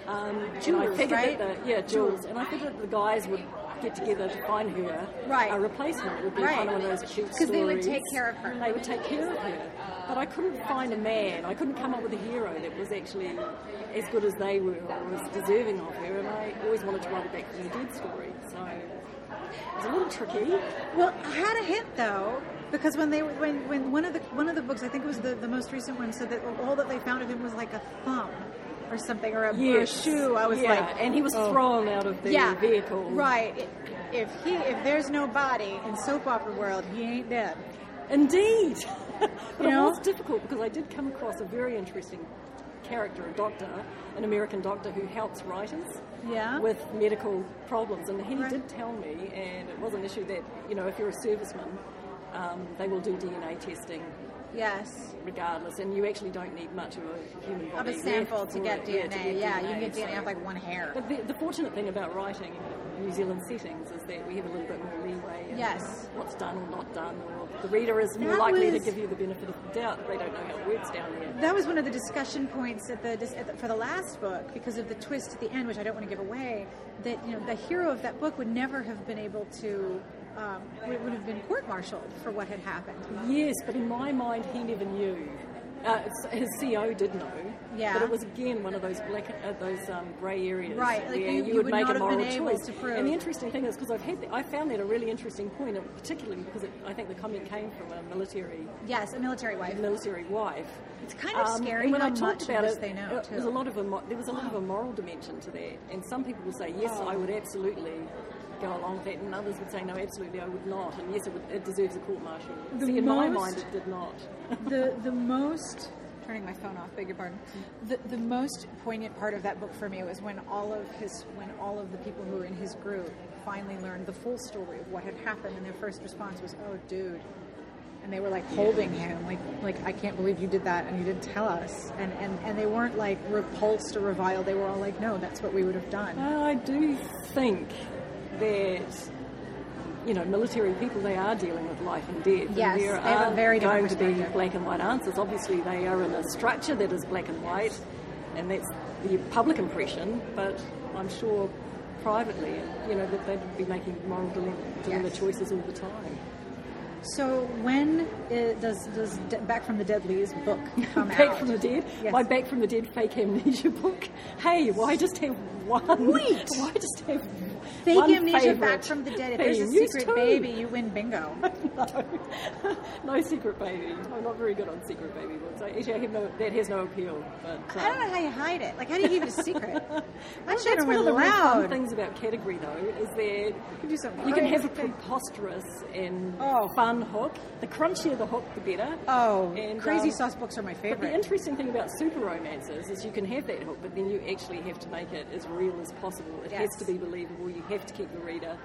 [SPEAKER 10] Um, and I
[SPEAKER 2] Jules,
[SPEAKER 10] figured
[SPEAKER 2] right?
[SPEAKER 10] that the, yeah, Jules. And I figured that the guys would get together to find her
[SPEAKER 2] Right.
[SPEAKER 10] a replacement. It would be
[SPEAKER 2] Right.
[SPEAKER 10] kind of one of those cute
[SPEAKER 2] 'Cause they would
[SPEAKER 10] stories.
[SPEAKER 2] take care of her.
[SPEAKER 10] They would take care of her. But I couldn't find a man. I couldn't come up with a hero that was actually as good as they were or was deserving of her. And I always wanted to write it back from the dead story. So it was a little tricky.
[SPEAKER 2] Well, I had a hint though, because when they were- when when one of the one of the books, I think it was the, the most recent one, said that all that they found of him was like a thumb or something or a, or a
[SPEAKER 10] Yes.
[SPEAKER 2] shoe. I was
[SPEAKER 10] yeah.
[SPEAKER 2] like, oh.
[SPEAKER 10] and he was thrown out of the
[SPEAKER 2] yeah,
[SPEAKER 10] vehicle.
[SPEAKER 2] right. If he if there's no body in soap opera world, he ain't dead.
[SPEAKER 10] Indeed. [laughs] but
[SPEAKER 2] You know?
[SPEAKER 10] it was difficult because I did come across a very interesting character, a doctor, an American doctor who helps writers
[SPEAKER 2] Yeah.
[SPEAKER 10] with medical problems. And he
[SPEAKER 2] Right.
[SPEAKER 10] did tell me, and it was an issue that, you know, if you're a serviceman, um, they will do DNA testing
[SPEAKER 2] Yes,
[SPEAKER 10] regardless, and you actually don't need much of a human
[SPEAKER 2] of
[SPEAKER 10] body.
[SPEAKER 2] a sample
[SPEAKER 10] left
[SPEAKER 2] to
[SPEAKER 10] for it,
[SPEAKER 2] get
[SPEAKER 10] yeah,
[SPEAKER 2] DNA. Yeah, you can
[SPEAKER 10] DNA,
[SPEAKER 2] get DNA
[SPEAKER 10] so-
[SPEAKER 2] off like one hair.
[SPEAKER 10] but the, the fortunate thing about writing New Zealand settings is that we have a little bit more leeway. in
[SPEAKER 11] Yes.
[SPEAKER 10] What's done or not done, or the reader is more
[SPEAKER 2] That
[SPEAKER 10] likely
[SPEAKER 2] was-
[SPEAKER 10] to give you the benefit of the doubt. They don't know how it works down there.
[SPEAKER 2] That was one of the discussion points at the, dis- at the for the last book because of the twist at the end, which I don't want to give away. That you know the hero of that book would never have been able to um, would, would have been court-martialed for what had happened.
[SPEAKER 10] Yes, but in my mind, he never knew. Uh, s- his CEO did know.
[SPEAKER 2] Yeah.
[SPEAKER 10] But it was again one of those black, uh, those um, grey areas,
[SPEAKER 2] Right, like
[SPEAKER 10] Where
[SPEAKER 2] you-
[SPEAKER 10] you,
[SPEAKER 2] you
[SPEAKER 10] would,
[SPEAKER 2] would
[SPEAKER 10] make
[SPEAKER 2] not
[SPEAKER 10] a
[SPEAKER 2] have been
[SPEAKER 10] moral
[SPEAKER 2] able
[SPEAKER 10] choice
[SPEAKER 2] to prove.
[SPEAKER 10] And the interesting thing is because I've had, the, I found that a really interesting point, and particularly because it, I think the comment came from a military,
[SPEAKER 2] Yes, a military
[SPEAKER 10] a
[SPEAKER 2] wife.
[SPEAKER 10] military wife. Um,
[SPEAKER 2] It's kind of scary
[SPEAKER 10] and when
[SPEAKER 2] how
[SPEAKER 10] I talked
[SPEAKER 2] much of
[SPEAKER 10] about
[SPEAKER 2] this
[SPEAKER 10] it,
[SPEAKER 2] they know,
[SPEAKER 10] it
[SPEAKER 2] too.
[SPEAKER 10] was a lot of emo- there was a lot of a moral dimension to that, and some people will say yes,
[SPEAKER 2] Oh.
[SPEAKER 10] I would absolutely go along with that, and others would say no, absolutely I would not, and yes, it, would, it deserves a court martial.
[SPEAKER 2] The
[SPEAKER 10] See, in my
[SPEAKER 2] most-
[SPEAKER 10] mind, it did not.
[SPEAKER 2] the the most turning my phone off beg your pardon the, the most poignant part of that book for me was when all of his when all of the people who were in his group finally learned the full story of what had happened and their first response was oh dude and they were like holding him like like i can't believe you did that and you didn't tell us and and, and they weren't like repulsed or reviled they were all like no that's what we would have done
[SPEAKER 10] Well, I do think that you know military people they are dealing with life and death.
[SPEAKER 2] Yes,
[SPEAKER 10] and there
[SPEAKER 2] they have a
[SPEAKER 10] are
[SPEAKER 2] very different
[SPEAKER 10] going to be
[SPEAKER 2] perspective.
[SPEAKER 10] black and white answers. Obviously, they are in a structure that is black and white, and that's the public impression. But I'm sure privately, you know, that they'd be making moral dilemma, dilemma
[SPEAKER 2] Yes.
[SPEAKER 10] choices all the time.
[SPEAKER 2] so when uh, does does De- back from the deadlies
[SPEAKER 10] [laughs]
[SPEAKER 2] book come
[SPEAKER 10] Back
[SPEAKER 2] out
[SPEAKER 10] from the dead,
[SPEAKER 2] Yes.
[SPEAKER 10] my Back from the Dead fake amnesia book. Hey, why just have one?
[SPEAKER 2] Wait.
[SPEAKER 10] [laughs] why just have
[SPEAKER 2] Fake
[SPEAKER 10] one
[SPEAKER 2] amnesia back
[SPEAKER 10] favourite
[SPEAKER 2] from the dead. If there's a
[SPEAKER 10] theme? Use
[SPEAKER 2] secret
[SPEAKER 10] two.
[SPEAKER 2] baby, you win
[SPEAKER 10] [laughs]
[SPEAKER 2] bingo.
[SPEAKER 10] no, [laughs] no secret baby. I'm not very good on secret baby books. I, actually, I have no, that has no appeal. But uh,
[SPEAKER 2] I don't know how you hide it. Like, how do you keep it a
[SPEAKER 10] [laughs]
[SPEAKER 2] secret? I should
[SPEAKER 10] that's
[SPEAKER 2] have
[SPEAKER 10] one of
[SPEAKER 2] been
[SPEAKER 10] the really fun
[SPEAKER 2] loud.
[SPEAKER 10] things about category though is that
[SPEAKER 2] can do some
[SPEAKER 10] you can have
[SPEAKER 2] crazy
[SPEAKER 10] a
[SPEAKER 2] thing.
[SPEAKER 10] preposterous and
[SPEAKER 2] Oh.
[SPEAKER 10] fun hook. The crunchier the hook, the better.
[SPEAKER 2] Oh,
[SPEAKER 10] And,
[SPEAKER 2] crazy
[SPEAKER 10] um,
[SPEAKER 2] sauce books are my
[SPEAKER 10] But the
[SPEAKER 2] favorite.
[SPEAKER 10] interesting thing about super romances is you can have that hook, but then you actually have to make it as real as possible. It
[SPEAKER 2] Yes.
[SPEAKER 10] has to be believable. You have to keep the reader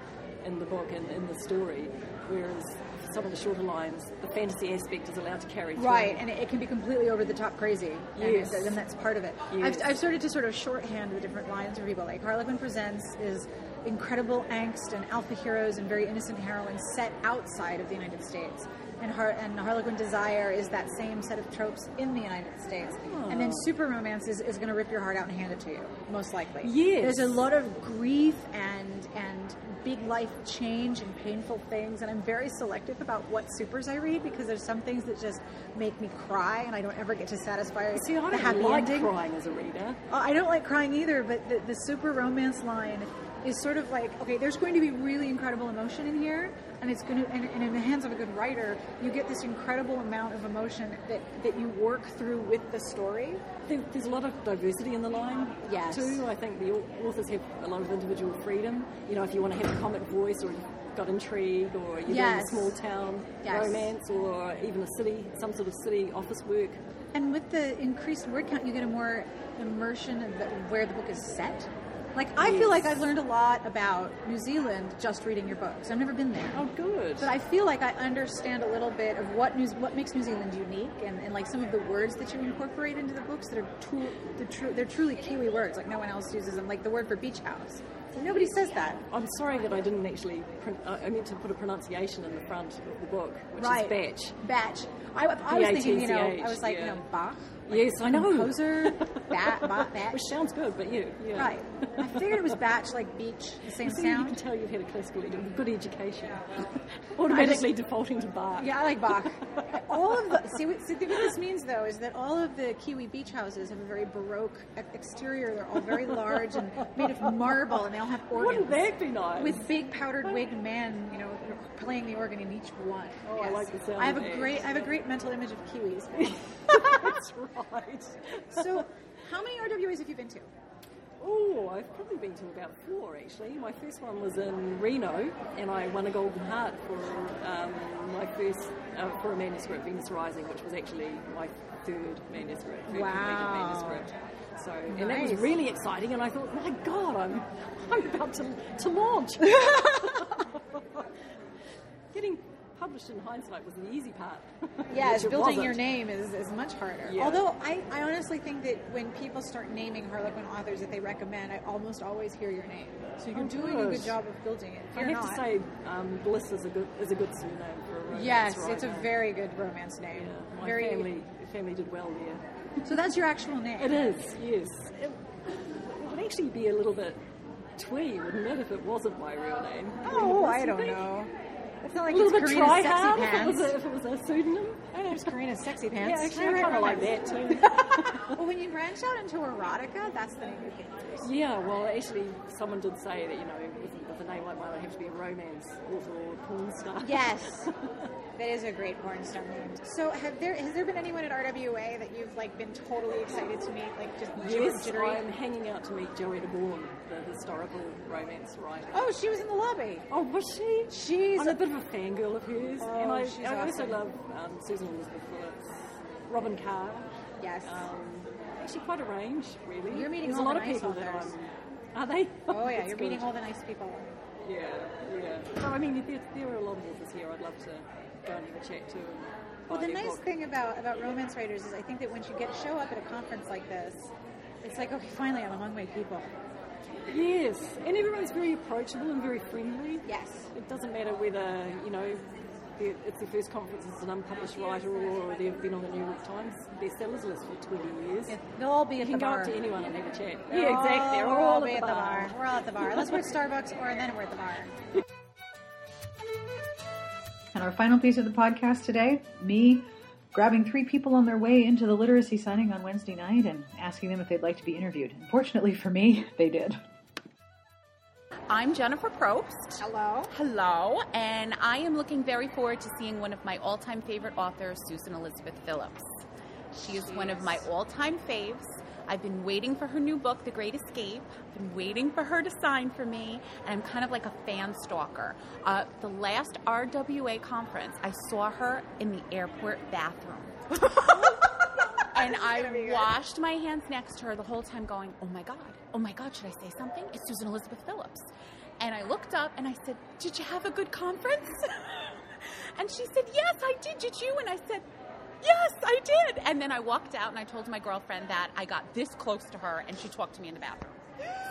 [SPEAKER 10] in the book and in the story. Whereas for some of the shorter lines, the fantasy aspect is allowed to carry through.
[SPEAKER 2] Right, and it, it can be completely over the top crazy. And,
[SPEAKER 10] Yes.
[SPEAKER 2] it's- and that's part of it.
[SPEAKER 10] Yes.
[SPEAKER 2] I've, I've started to sort of shorthand the different lines for people. Like, Harlequin Presents is incredible angst and alpha heroes and very innocent heroines set outside of the United States. And, Har- and Harlequin Desire is that same set of tropes in the United States.
[SPEAKER 10] Oh.
[SPEAKER 2] And then Super Romance is, is going to rip your heart out and hand it to you, most likely.
[SPEAKER 10] Yes.
[SPEAKER 2] There's a lot of grief and and big life change and painful things and I'm very selective about what supers I read because there's some things that just make me cry and I don't ever get to satisfy
[SPEAKER 10] See, I
[SPEAKER 2] the
[SPEAKER 10] don't
[SPEAKER 2] happy
[SPEAKER 10] like
[SPEAKER 2] ending.
[SPEAKER 10] crying as a reader.
[SPEAKER 2] Uh, I don't like crying either, but the, the super romance line is sort of like okay, there's going to be really incredible emotion in here, and it's going to, and, and in the hands of a good writer, you get this incredible amount of emotion that, that you work through with the story.
[SPEAKER 10] There, there's a lot of diversity in the line.
[SPEAKER 2] Yes.
[SPEAKER 10] Too, I think the au- authors have a lot of individual freedom. You know, if you want to have a comic voice, or you've got intrigue, or you're doing
[SPEAKER 2] Yes.
[SPEAKER 10] a small town
[SPEAKER 2] Yes.
[SPEAKER 10] romance, or even a city, some sort of city office work.
[SPEAKER 2] And with the increased word count, you get a more immersion of the, where the book is set. Like I feel like I've learned a lot about New Zealand just reading your books. I've never been there.
[SPEAKER 10] Oh, good.
[SPEAKER 2] But I feel like I understand a little bit of what news, what makes New Zealand unique, and, and like some of the words that you incorporate into the books that are tru- the tru- they're truly Kiwi words, like no one else uses them, like the word for beach house. Nobody says that.
[SPEAKER 10] I'm sorry that I didn't actually. Print, uh, I meant to put a pronunciation in the front of the book, which
[SPEAKER 2] right.
[SPEAKER 10] is batch.
[SPEAKER 2] Batch. I, I was thinking, you know, I
[SPEAKER 10] B-A-T-C-H,
[SPEAKER 2] was like, you
[SPEAKER 10] yeah.
[SPEAKER 2] know, Bach.
[SPEAKER 10] yes, I know.
[SPEAKER 2] Composer. bat, ba,
[SPEAKER 10] [laughs]
[SPEAKER 2] batch.
[SPEAKER 10] Which sounds good, but you. Yeah.
[SPEAKER 2] Right. I figured it was batch, like beach, the same
[SPEAKER 10] See, you can
[SPEAKER 2] sound.
[SPEAKER 10] tell you've had a classical edu- good [laughs] education. Automatically defaulting to Bach.
[SPEAKER 2] Yeah, I like Bach. all of the see what, see what this means though is that all of the Kiwi beach houses have a very baroque e- exterior. They're all very large and made of marble, and they all have organs
[SPEAKER 10] [laughs] Wouldn't that be nice?
[SPEAKER 2] with big powdered wigged men, you know, playing the organ in each one.
[SPEAKER 10] Oh, I like the sound
[SPEAKER 2] I have
[SPEAKER 10] of
[SPEAKER 2] a
[SPEAKER 10] that.
[SPEAKER 2] great I have a great mental image of Kiwis.
[SPEAKER 10] That's right.
[SPEAKER 2] so, how many RWAs have you been to?
[SPEAKER 10] Oh, I've probably been to about four actually. My first one was in Reno, and I won a Golden Heart for um, my first uh, for a manuscript, Venus Rising, which was actually my third manuscript, third completed
[SPEAKER 2] Wow.
[SPEAKER 10] manuscript. So, and that was
[SPEAKER 2] Nice.
[SPEAKER 10] really exciting. And I thought, my God, I'm [laughs]
[SPEAKER 2] [laughs]
[SPEAKER 10] I'm about to to launch. [laughs] Getting pub- published in hindsight was the easy part. [laughs]
[SPEAKER 2] Yeah,
[SPEAKER 10] Which
[SPEAKER 2] it's
[SPEAKER 10] it
[SPEAKER 2] building your
[SPEAKER 10] wasn't.
[SPEAKER 2] name is, is [laughs] much harder.
[SPEAKER 10] Yeah.
[SPEAKER 2] Although I, I honestly think that when people start naming Harlequin authors that they recommend, I almost always hear your name. So you're
[SPEAKER 10] Oh,
[SPEAKER 2] doing a
[SPEAKER 10] good.
[SPEAKER 2] good job of building it. If
[SPEAKER 10] I
[SPEAKER 2] you're
[SPEAKER 10] have
[SPEAKER 2] not,
[SPEAKER 10] to say, um, Bliss is a good is a good surname for a romance
[SPEAKER 2] yes,
[SPEAKER 10] writer.
[SPEAKER 2] it's a very good romance name.
[SPEAKER 10] yeah, my
[SPEAKER 2] very.
[SPEAKER 10] family family did well there.
[SPEAKER 2] So that's your actual name.
[SPEAKER 10] It is yes. It, it would actually be a little bit twee, wouldn't it, if it wasn't my real name?
[SPEAKER 2] Oh,
[SPEAKER 10] Bliss,
[SPEAKER 2] I
[SPEAKER 10] you
[SPEAKER 2] don't
[SPEAKER 10] think?
[SPEAKER 2] know. It's not
[SPEAKER 10] A
[SPEAKER 2] like
[SPEAKER 10] little
[SPEAKER 2] it's
[SPEAKER 10] bit
[SPEAKER 2] Karina's
[SPEAKER 10] try
[SPEAKER 2] sexy
[SPEAKER 10] hard if it,
[SPEAKER 2] pants.
[SPEAKER 10] was a, if it was a pseudonym.
[SPEAKER 2] I know it's Karina's sexy pants.
[SPEAKER 10] yeah, actually, I
[SPEAKER 2] Right, right,
[SPEAKER 10] kind of like
[SPEAKER 2] right.
[SPEAKER 10] that too.
[SPEAKER 4] [laughs]
[SPEAKER 2] Well, when you branch out into erotica, that's the name you can use.
[SPEAKER 10] Yeah, well, actually, someone did say that you know, with, with a name like mine, I have to be a romance author or a porn star. [laughs]
[SPEAKER 2] Yes. That is a great porn star name. [laughs] So, have there has there been anyone at RWA that you've like been totally excited to meet, like just jibber
[SPEAKER 10] Yes,
[SPEAKER 2] jittery?
[SPEAKER 10] I'm hanging out to meet Joanna Bourne, the historical romance writer.
[SPEAKER 2] [laughs] Oh, she was in the lobby.
[SPEAKER 10] Oh, was she?
[SPEAKER 2] She's
[SPEAKER 10] I'm a bit of a fangirl of hers,
[SPEAKER 2] Oh,
[SPEAKER 10] and I,
[SPEAKER 2] she's
[SPEAKER 10] I also
[SPEAKER 2] awesome.
[SPEAKER 10] love um, Susan Elizabeth Phillips, Robin Carr.
[SPEAKER 2] yes.
[SPEAKER 10] Um, actually, quite a range, really.
[SPEAKER 2] You're meeting
[SPEAKER 10] There's
[SPEAKER 2] all
[SPEAKER 10] a lot
[SPEAKER 2] the
[SPEAKER 10] of
[SPEAKER 2] nice
[SPEAKER 10] people that
[SPEAKER 2] authors.
[SPEAKER 10] I'm. Are they? [laughs]
[SPEAKER 2] oh yeah,
[SPEAKER 10] That's
[SPEAKER 2] you're
[SPEAKER 10] good.
[SPEAKER 2] meeting all the nice people.
[SPEAKER 10] Yeah, yeah. So I mean, there, there are a lot of authors here. I'd love to go and have a chat to. and
[SPEAKER 2] Well,
[SPEAKER 10] buy
[SPEAKER 2] the
[SPEAKER 10] their
[SPEAKER 2] nice
[SPEAKER 10] book.
[SPEAKER 2] thing about about romance writers is I think that once you get show up at a conference like this, it's like okay, finally I'm among my people.
[SPEAKER 10] Yes, and everyone's very approachable and very friendly.
[SPEAKER 2] Yes.
[SPEAKER 10] It doesn't matter whether, you know, the- it's the first conference as an unpublished writer or they've been on the New York Times bestsellers list for 20 years.
[SPEAKER 2] They'll all be
[SPEAKER 10] You
[SPEAKER 2] at
[SPEAKER 10] can
[SPEAKER 2] the
[SPEAKER 10] go
[SPEAKER 2] bar.
[SPEAKER 10] up to anyone and have a chat.
[SPEAKER 2] They'll
[SPEAKER 10] yeah, exactly. They're all,
[SPEAKER 2] be
[SPEAKER 10] at the bar.
[SPEAKER 2] We're all at the bar. Unless we're at Starbucks, or then we're at the bar.
[SPEAKER 4] And our final piece of the podcast today me grabbing three people on their way into the literacy signing on Wednesday night and asking them if they'd like to be interviewed. And fortunately for me, they did.
[SPEAKER 8] I'm Jennifer Probst.
[SPEAKER 2] Hello.
[SPEAKER 8] Hello, and I am looking very forward to seeing one of my all time favorite authors, Susan Elizabeth Phillips. She is one of my all time faves. I've been waiting for her new book, The Great Escape. I've been waiting for her to sign for me, and I'm kind of like a fan stalker. Uh, the last RWA conference, I saw her in the airport bathroom.
[SPEAKER 2] [laughs]
[SPEAKER 8] and I washed my hands next to her the whole time, going, "Oh my god, oh my god, should I say something?" It's Susan Elizabeth Phillips, and I looked up and I said, "Did you have a good conference?" [laughs] and she said, "Yes, I did. Did you?" And I said. Yes, I did. And then I walked out and I told my girlfriend that I got this close to her and she talked to me in the bathroom.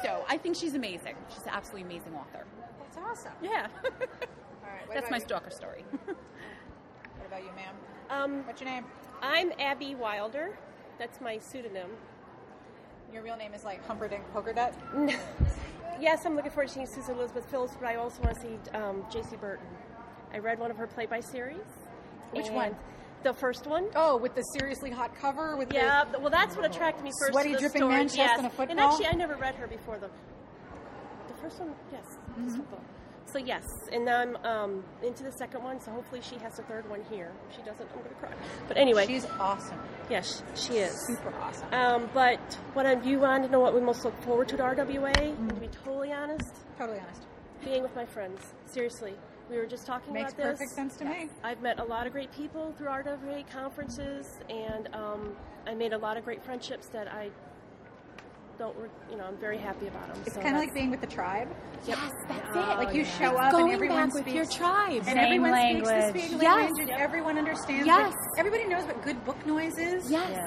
[SPEAKER 8] So I think she's amazing. She's an absolutely amazing author.
[SPEAKER 2] That's awesome.
[SPEAKER 8] Yeah.
[SPEAKER 2] All right. What
[SPEAKER 8] That's
[SPEAKER 2] about
[SPEAKER 8] my
[SPEAKER 2] you?
[SPEAKER 8] stalker story.
[SPEAKER 2] What about you, ma'am?
[SPEAKER 12] Um,
[SPEAKER 2] What's your name?
[SPEAKER 12] I'm Abby Wilder. That's my pseudonym.
[SPEAKER 2] Your real name is like Humperdinck Pokerdut.
[SPEAKER 12] [laughs] Yes, I'm looking forward to seeing Susan Elizabeth Phillips, but I also want to see um, J.C. Burton. I read one of her play by series.
[SPEAKER 2] Which
[SPEAKER 12] and
[SPEAKER 2] one?
[SPEAKER 12] The first one.
[SPEAKER 2] Oh, with the seriously hot cover with
[SPEAKER 12] Yeah, well, that's what attracted me first.
[SPEAKER 2] Sweaty,
[SPEAKER 12] to the
[SPEAKER 2] dripping
[SPEAKER 12] story.
[SPEAKER 2] man chest
[SPEAKER 12] yes.
[SPEAKER 2] and a
[SPEAKER 12] And
[SPEAKER 2] football?
[SPEAKER 12] actually, I never read her before the the first one. Yes,
[SPEAKER 2] Mm-hmm.
[SPEAKER 12] this football. So yes, and now I'm um, into the second one. So hopefully, she has the third one here. If she doesn't, I'm gonna cry. But anyway,
[SPEAKER 2] the. She's awesome.
[SPEAKER 12] yes, she is.
[SPEAKER 2] Super awesome.
[SPEAKER 12] Um, but what I you want to know what we most look forward to at RWA, and to be totally honest,
[SPEAKER 2] Totally honest.
[SPEAKER 12] being with my friends. Seriously, we were just talking
[SPEAKER 2] Makes
[SPEAKER 12] about this.
[SPEAKER 2] perfect sense to me.
[SPEAKER 12] I've met a lot of great people through RWA conferences, and um, I made a lot of great friendships that I don't, re- you know, I'm very happy about them.
[SPEAKER 2] It's kind of like being with the tribe.
[SPEAKER 8] Yes, that's
[SPEAKER 12] Oh,
[SPEAKER 8] it.
[SPEAKER 2] Like you show up and
[SPEAKER 8] Going
[SPEAKER 2] everyone
[SPEAKER 8] back
[SPEAKER 2] speaks
[SPEAKER 8] with your tribe.
[SPEAKER 2] And everyone speaks the speech
[SPEAKER 8] Yes.
[SPEAKER 2] language and everyone understands
[SPEAKER 8] Yes.
[SPEAKER 2] what- everybody knows what good book noise is. [gasps]
[SPEAKER 8] Yes. [gasps]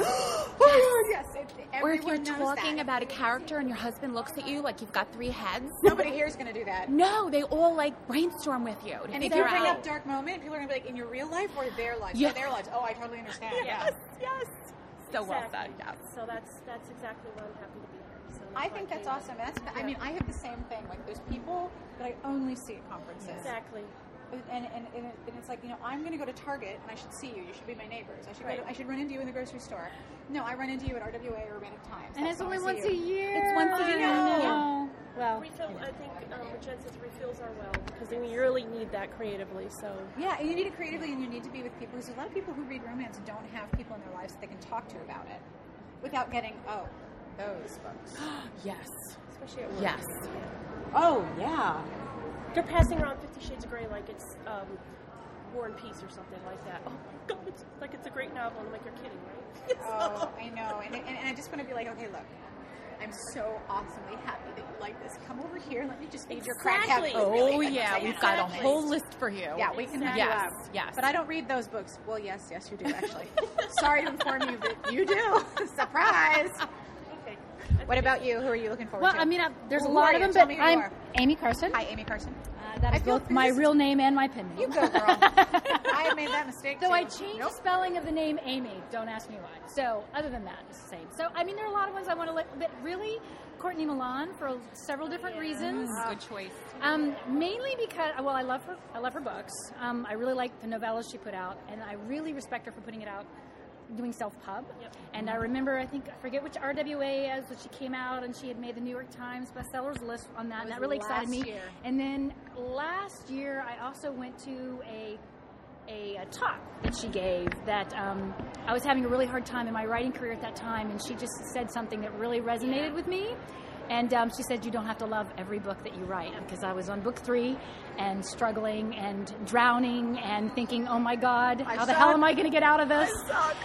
[SPEAKER 2] Oh, yes. it-
[SPEAKER 8] Or if you're
[SPEAKER 2] everyone knows
[SPEAKER 8] talking
[SPEAKER 2] that.
[SPEAKER 8] about a character and your husband looks at you like you've got three heads.
[SPEAKER 2] Nobody here is going to do that.
[SPEAKER 8] No, they all like brainstorm with you. To
[SPEAKER 2] And if
[SPEAKER 8] figure
[SPEAKER 2] you bring
[SPEAKER 8] out.
[SPEAKER 2] up dark moment, people are going to be like, in your real life or their life?
[SPEAKER 8] Yeah.
[SPEAKER 2] Their lives. Oh, I totally understand.
[SPEAKER 12] yes,
[SPEAKER 2] Yeah.
[SPEAKER 12] yes.
[SPEAKER 8] so well said,
[SPEAKER 12] Exactly.
[SPEAKER 8] yes.
[SPEAKER 12] So that's that's exactly why I'm happy to be here. So
[SPEAKER 2] I
[SPEAKER 12] why
[SPEAKER 2] think
[SPEAKER 12] I
[SPEAKER 2] that's
[SPEAKER 12] came.
[SPEAKER 2] awesome. That's, I mean, I have the same thing. Like, there's people that I only see at conferences.
[SPEAKER 12] Exactly.
[SPEAKER 2] And, and, and, it- and it's like, you know, I'm going to go to Target and I should see you. You should be my neighbors. I should, go
[SPEAKER 12] Right.
[SPEAKER 2] to, I should run into you in the grocery store. No, I run into you at RWA or Romantic Times.
[SPEAKER 13] And
[SPEAKER 2] That's
[SPEAKER 13] it's
[SPEAKER 2] when I
[SPEAKER 13] only
[SPEAKER 2] see
[SPEAKER 13] once
[SPEAKER 2] you.
[SPEAKER 13] a year.
[SPEAKER 2] It's once a year.
[SPEAKER 13] I
[SPEAKER 2] Yeah.
[SPEAKER 13] know. Well,
[SPEAKER 12] Refill. I think um, what Jen says refills our well because we really need that creatively. So
[SPEAKER 2] Yeah, and you need it creatively and you need to be with people. Because a lot of people who read romance don't have people in their lives that they can talk to about it without getting, oh, those [gasps] books.
[SPEAKER 8] [gasps] Yes.
[SPEAKER 12] especially at work.
[SPEAKER 8] Yes.
[SPEAKER 2] oh, yeah.
[SPEAKER 12] They're passing around Fifty Shades of Grey like it's um, War and Peace or something like that. Oh my God, it's like [laughs] it's a great novel. Oh, And I'm like, you're kidding, right? [laughs]
[SPEAKER 2] Oh, I know. And, and, and I just want to be like, okay, look,
[SPEAKER 4] I'm so awesomely happy that you like this. Come over here and let me just feed your crack
[SPEAKER 7] Exactly.
[SPEAKER 4] habit.
[SPEAKER 7] Oh,
[SPEAKER 4] Really,
[SPEAKER 5] Oh
[SPEAKER 4] it looks
[SPEAKER 5] yeah,
[SPEAKER 4] like
[SPEAKER 5] we've
[SPEAKER 4] that.
[SPEAKER 5] got a
[SPEAKER 4] Exactly.
[SPEAKER 5] whole list for you.
[SPEAKER 4] Yeah, we can hook you
[SPEAKER 5] Yes,
[SPEAKER 4] up.
[SPEAKER 5] yes.
[SPEAKER 4] But I don't read those books. Well, yes, yes,
[SPEAKER 14] [laughs]
[SPEAKER 4] you do actually. Sorry to inform you that you do. [laughs] Surprise.
[SPEAKER 2] What about you? Who are you looking forward
[SPEAKER 14] Well,
[SPEAKER 2] to?
[SPEAKER 14] I mean, I, there's a
[SPEAKER 2] Who
[SPEAKER 14] lot
[SPEAKER 2] are
[SPEAKER 14] of
[SPEAKER 2] you?
[SPEAKER 14] them,
[SPEAKER 2] Tell
[SPEAKER 14] but
[SPEAKER 2] me who you
[SPEAKER 14] I'm
[SPEAKER 2] are.
[SPEAKER 14] Amy Carson.
[SPEAKER 2] Hi, Amy Carson.
[SPEAKER 14] Uh, that is
[SPEAKER 2] feel
[SPEAKER 14] both my
[SPEAKER 2] this-
[SPEAKER 14] real name and my pen name.
[SPEAKER 2] You go,
[SPEAKER 14] [laughs]
[SPEAKER 2] girl. I made that mistake.
[SPEAKER 14] Though
[SPEAKER 2] too.
[SPEAKER 14] I changed the spelling of the name Amy. Don't ask me why. So, other than that, it's the same. So, I mean, there are a lot of ones I want to look, but really, Courtney Milan for several different reasons.
[SPEAKER 12] Good choice.
[SPEAKER 14] Um, mainly because, well, I love her. I love her books. Um, I really like the novellas she put out, and I really respect her for putting it out, doing self pub. And I remember, I think I forget which RWA is, but she came out and she had made the New York Times bestsellers list on that, and that really excited me. And then last year, I also went to a a, uh talk that she gave that um, I was having a really hard time in my writing career at that time, and she just said something that really resonated with me. And um, she said, You don't have to love every book that you write, because I was on book three and struggling and drowning and thinking, Oh my God, how the hell am I going to get out of this?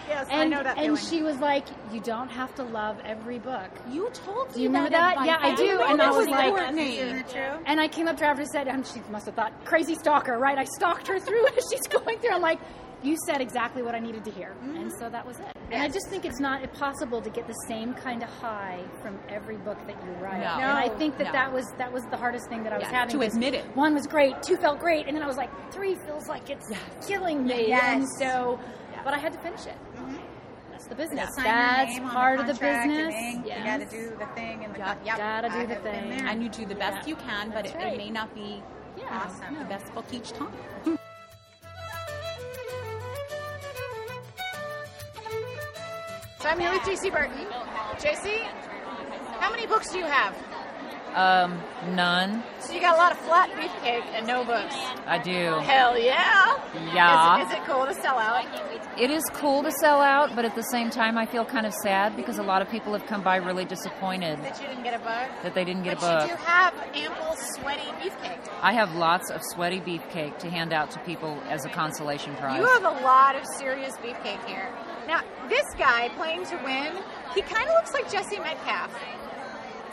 [SPEAKER 4] Yes,
[SPEAKER 14] and and she was like, You don't have to love every book.
[SPEAKER 4] you told
[SPEAKER 14] Do you remember that? Yeah, I do. And I was like, and I came up to her after I said, and she must have thought, crazy stalker, right? I stalked her through [laughs] as she's going through. I'm like, you said exactly what I needed to hear. And so that was it. And I just think it's not possible to get the same kind of high from every book that you write.
[SPEAKER 5] No.
[SPEAKER 14] And I think that
[SPEAKER 5] No.
[SPEAKER 14] that was that was the hardest thing that I was
[SPEAKER 5] Yeah,
[SPEAKER 14] having.
[SPEAKER 5] to
[SPEAKER 14] was
[SPEAKER 5] admit it.
[SPEAKER 14] One was great, two felt great, and then I was like, three feels like it's killing me. And so, but I had to finish it. That's the business.
[SPEAKER 2] Sign your
[SPEAKER 14] That's
[SPEAKER 2] name on
[SPEAKER 14] part of the
[SPEAKER 2] contract and
[SPEAKER 14] business.
[SPEAKER 2] ink. You
[SPEAKER 14] Yes.
[SPEAKER 2] got to do the thing and the
[SPEAKER 5] Yeah.
[SPEAKER 2] co- yep,
[SPEAKER 14] Gotta do
[SPEAKER 2] I
[SPEAKER 14] the
[SPEAKER 2] have been
[SPEAKER 14] thing.
[SPEAKER 2] there.
[SPEAKER 5] and you do the best you can, but it,
[SPEAKER 14] That's
[SPEAKER 5] it
[SPEAKER 14] right.
[SPEAKER 5] may not be
[SPEAKER 14] Yeah.
[SPEAKER 5] awesome. The best book each time.
[SPEAKER 4] So I'm here with JC Burton. JC, how many books do you have?
[SPEAKER 15] Um, none.
[SPEAKER 4] So you got a lot of flat beefcake and no books.
[SPEAKER 15] I do.
[SPEAKER 4] Hell yeah.
[SPEAKER 15] Yeah.
[SPEAKER 4] Is, is it cool to sell out?
[SPEAKER 15] It is cool to sell out, but at the same time, I feel kind of sad because a lot of people have come by really disappointed
[SPEAKER 4] That you didn't get a book?
[SPEAKER 15] that they didn't get
[SPEAKER 4] but
[SPEAKER 15] a
[SPEAKER 4] you
[SPEAKER 15] book.
[SPEAKER 4] do have ample sweaty beefcake.
[SPEAKER 15] I have lots of sweaty beefcake to hand out to people as a consolation prize.
[SPEAKER 4] You have a lot of serious beefcake here. Now, this guy playing to win, he kind of looks like Jesse Metcalf.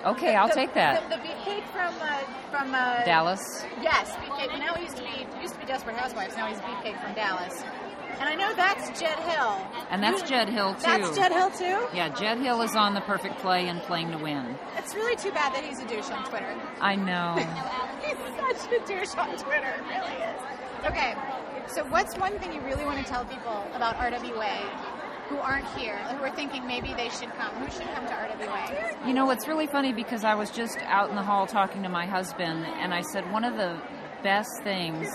[SPEAKER 15] okay,
[SPEAKER 4] The-
[SPEAKER 15] I'll
[SPEAKER 4] the-
[SPEAKER 15] take that.
[SPEAKER 4] The, the beefcake from uh, from uh,
[SPEAKER 15] Dallas.
[SPEAKER 4] Yes, beefcake. Now he used to be used to be Desperate Housewives. Now he's beefcake from Dallas. And I know that's Jed Hill.
[SPEAKER 15] And that's Jed Hill, too.
[SPEAKER 4] That's Jed Hill too.
[SPEAKER 15] Yeah, Jed Hill is on the perfect play and playing to win.
[SPEAKER 4] It's really too bad that he's a douche on Twitter.
[SPEAKER 15] I [laughs] know.
[SPEAKER 4] [laughs] He's such a douche on Twitter. It really is. Okay, so what's one thing you really want to tell people about RWA who aren't here, who are thinking maybe they should come? Who should come to RWA?
[SPEAKER 15] You know, it's really funny because I was just out in the hall talking to my husband, and I said one of the best things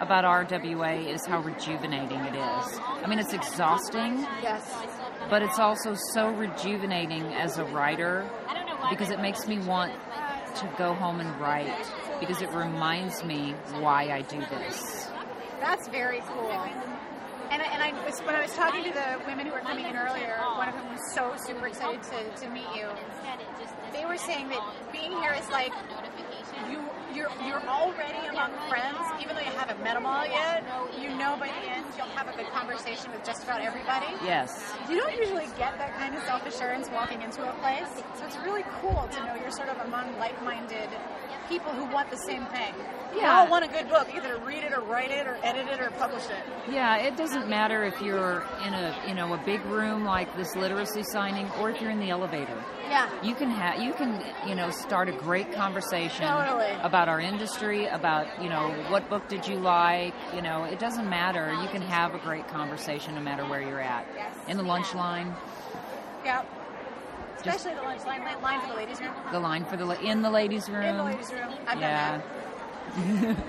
[SPEAKER 15] about RWA is how rejuvenating it is. I mean, it's exhausting,
[SPEAKER 4] Yes.
[SPEAKER 15] but it's also so rejuvenating as a writer because it makes me want to go home and write because it reminds me why I do this.
[SPEAKER 4] That's very cool. And, I- and I was, when I was talking to the women who were coming in earlier, one of whom was so super excited to, to meet you. They were saying that being here is like you you're you're already among friends, even though you haven't met them all yet. You know by the end you'll have a good conversation with just about everybody.
[SPEAKER 15] Yes.
[SPEAKER 4] You don't usually get that kind of self assurance walking into a place, so it's really cool to know you're sort of among like minded people who want the same thing. They
[SPEAKER 15] Yeah.
[SPEAKER 4] all want a good book, either read it or write it or edit it or publish it.
[SPEAKER 15] Yeah, it doesn't matter if you're in a, you know, a big room like this literacy signing or if you're in the elevator.
[SPEAKER 4] Yeah.
[SPEAKER 15] you can have you can you know start a great conversation
[SPEAKER 4] Totally.
[SPEAKER 15] about our industry about you know what book did you like you know it doesn't matter you can have a great conversation no matter where you're at in the lunch line
[SPEAKER 4] Yep. Especially the lunch line, line- line for the ladies' room.
[SPEAKER 15] the line for the la- in the ladies room
[SPEAKER 4] In the ladies' room. I've
[SPEAKER 15] yeah
[SPEAKER 4] done that.
[SPEAKER 15] [laughs]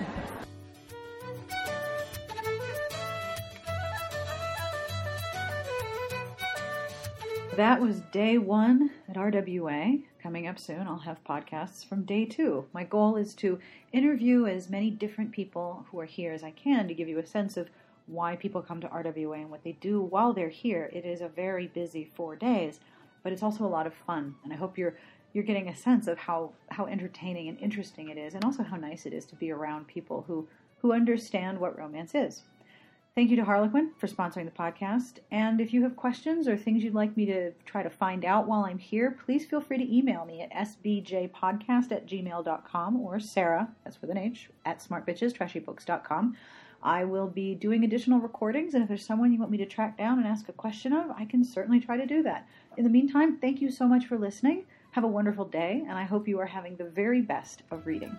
[SPEAKER 1] That was day one at RWA. Coming up soon, I'll have podcasts from day two. My goal is to interview as many different people who are here as I can to give you a sense of why people come to RWA and what they do while they're here. It is a very busy four days, but it's also a lot of fun, and I hope you're you're getting a sense of how how entertaining and interesting it is, and also how nice it is to be around people who who understand what romance is.
[SPEAKER 2] Thank you to Harlequin for sponsoring the podcast. And if you have questions or things you'd like me to try to find out while I'm here, please feel free to email me at sbjpodcast at gmail.com or Sarah, that's with an H, at smartbitchestrashybooks.com. I will be doing additional recordings, and if there's someone you want me to track down and ask a question of, I can certainly try to do that. In the meantime, thank you so much for listening. Have a wonderful day, and I hope you are having the very best of reading.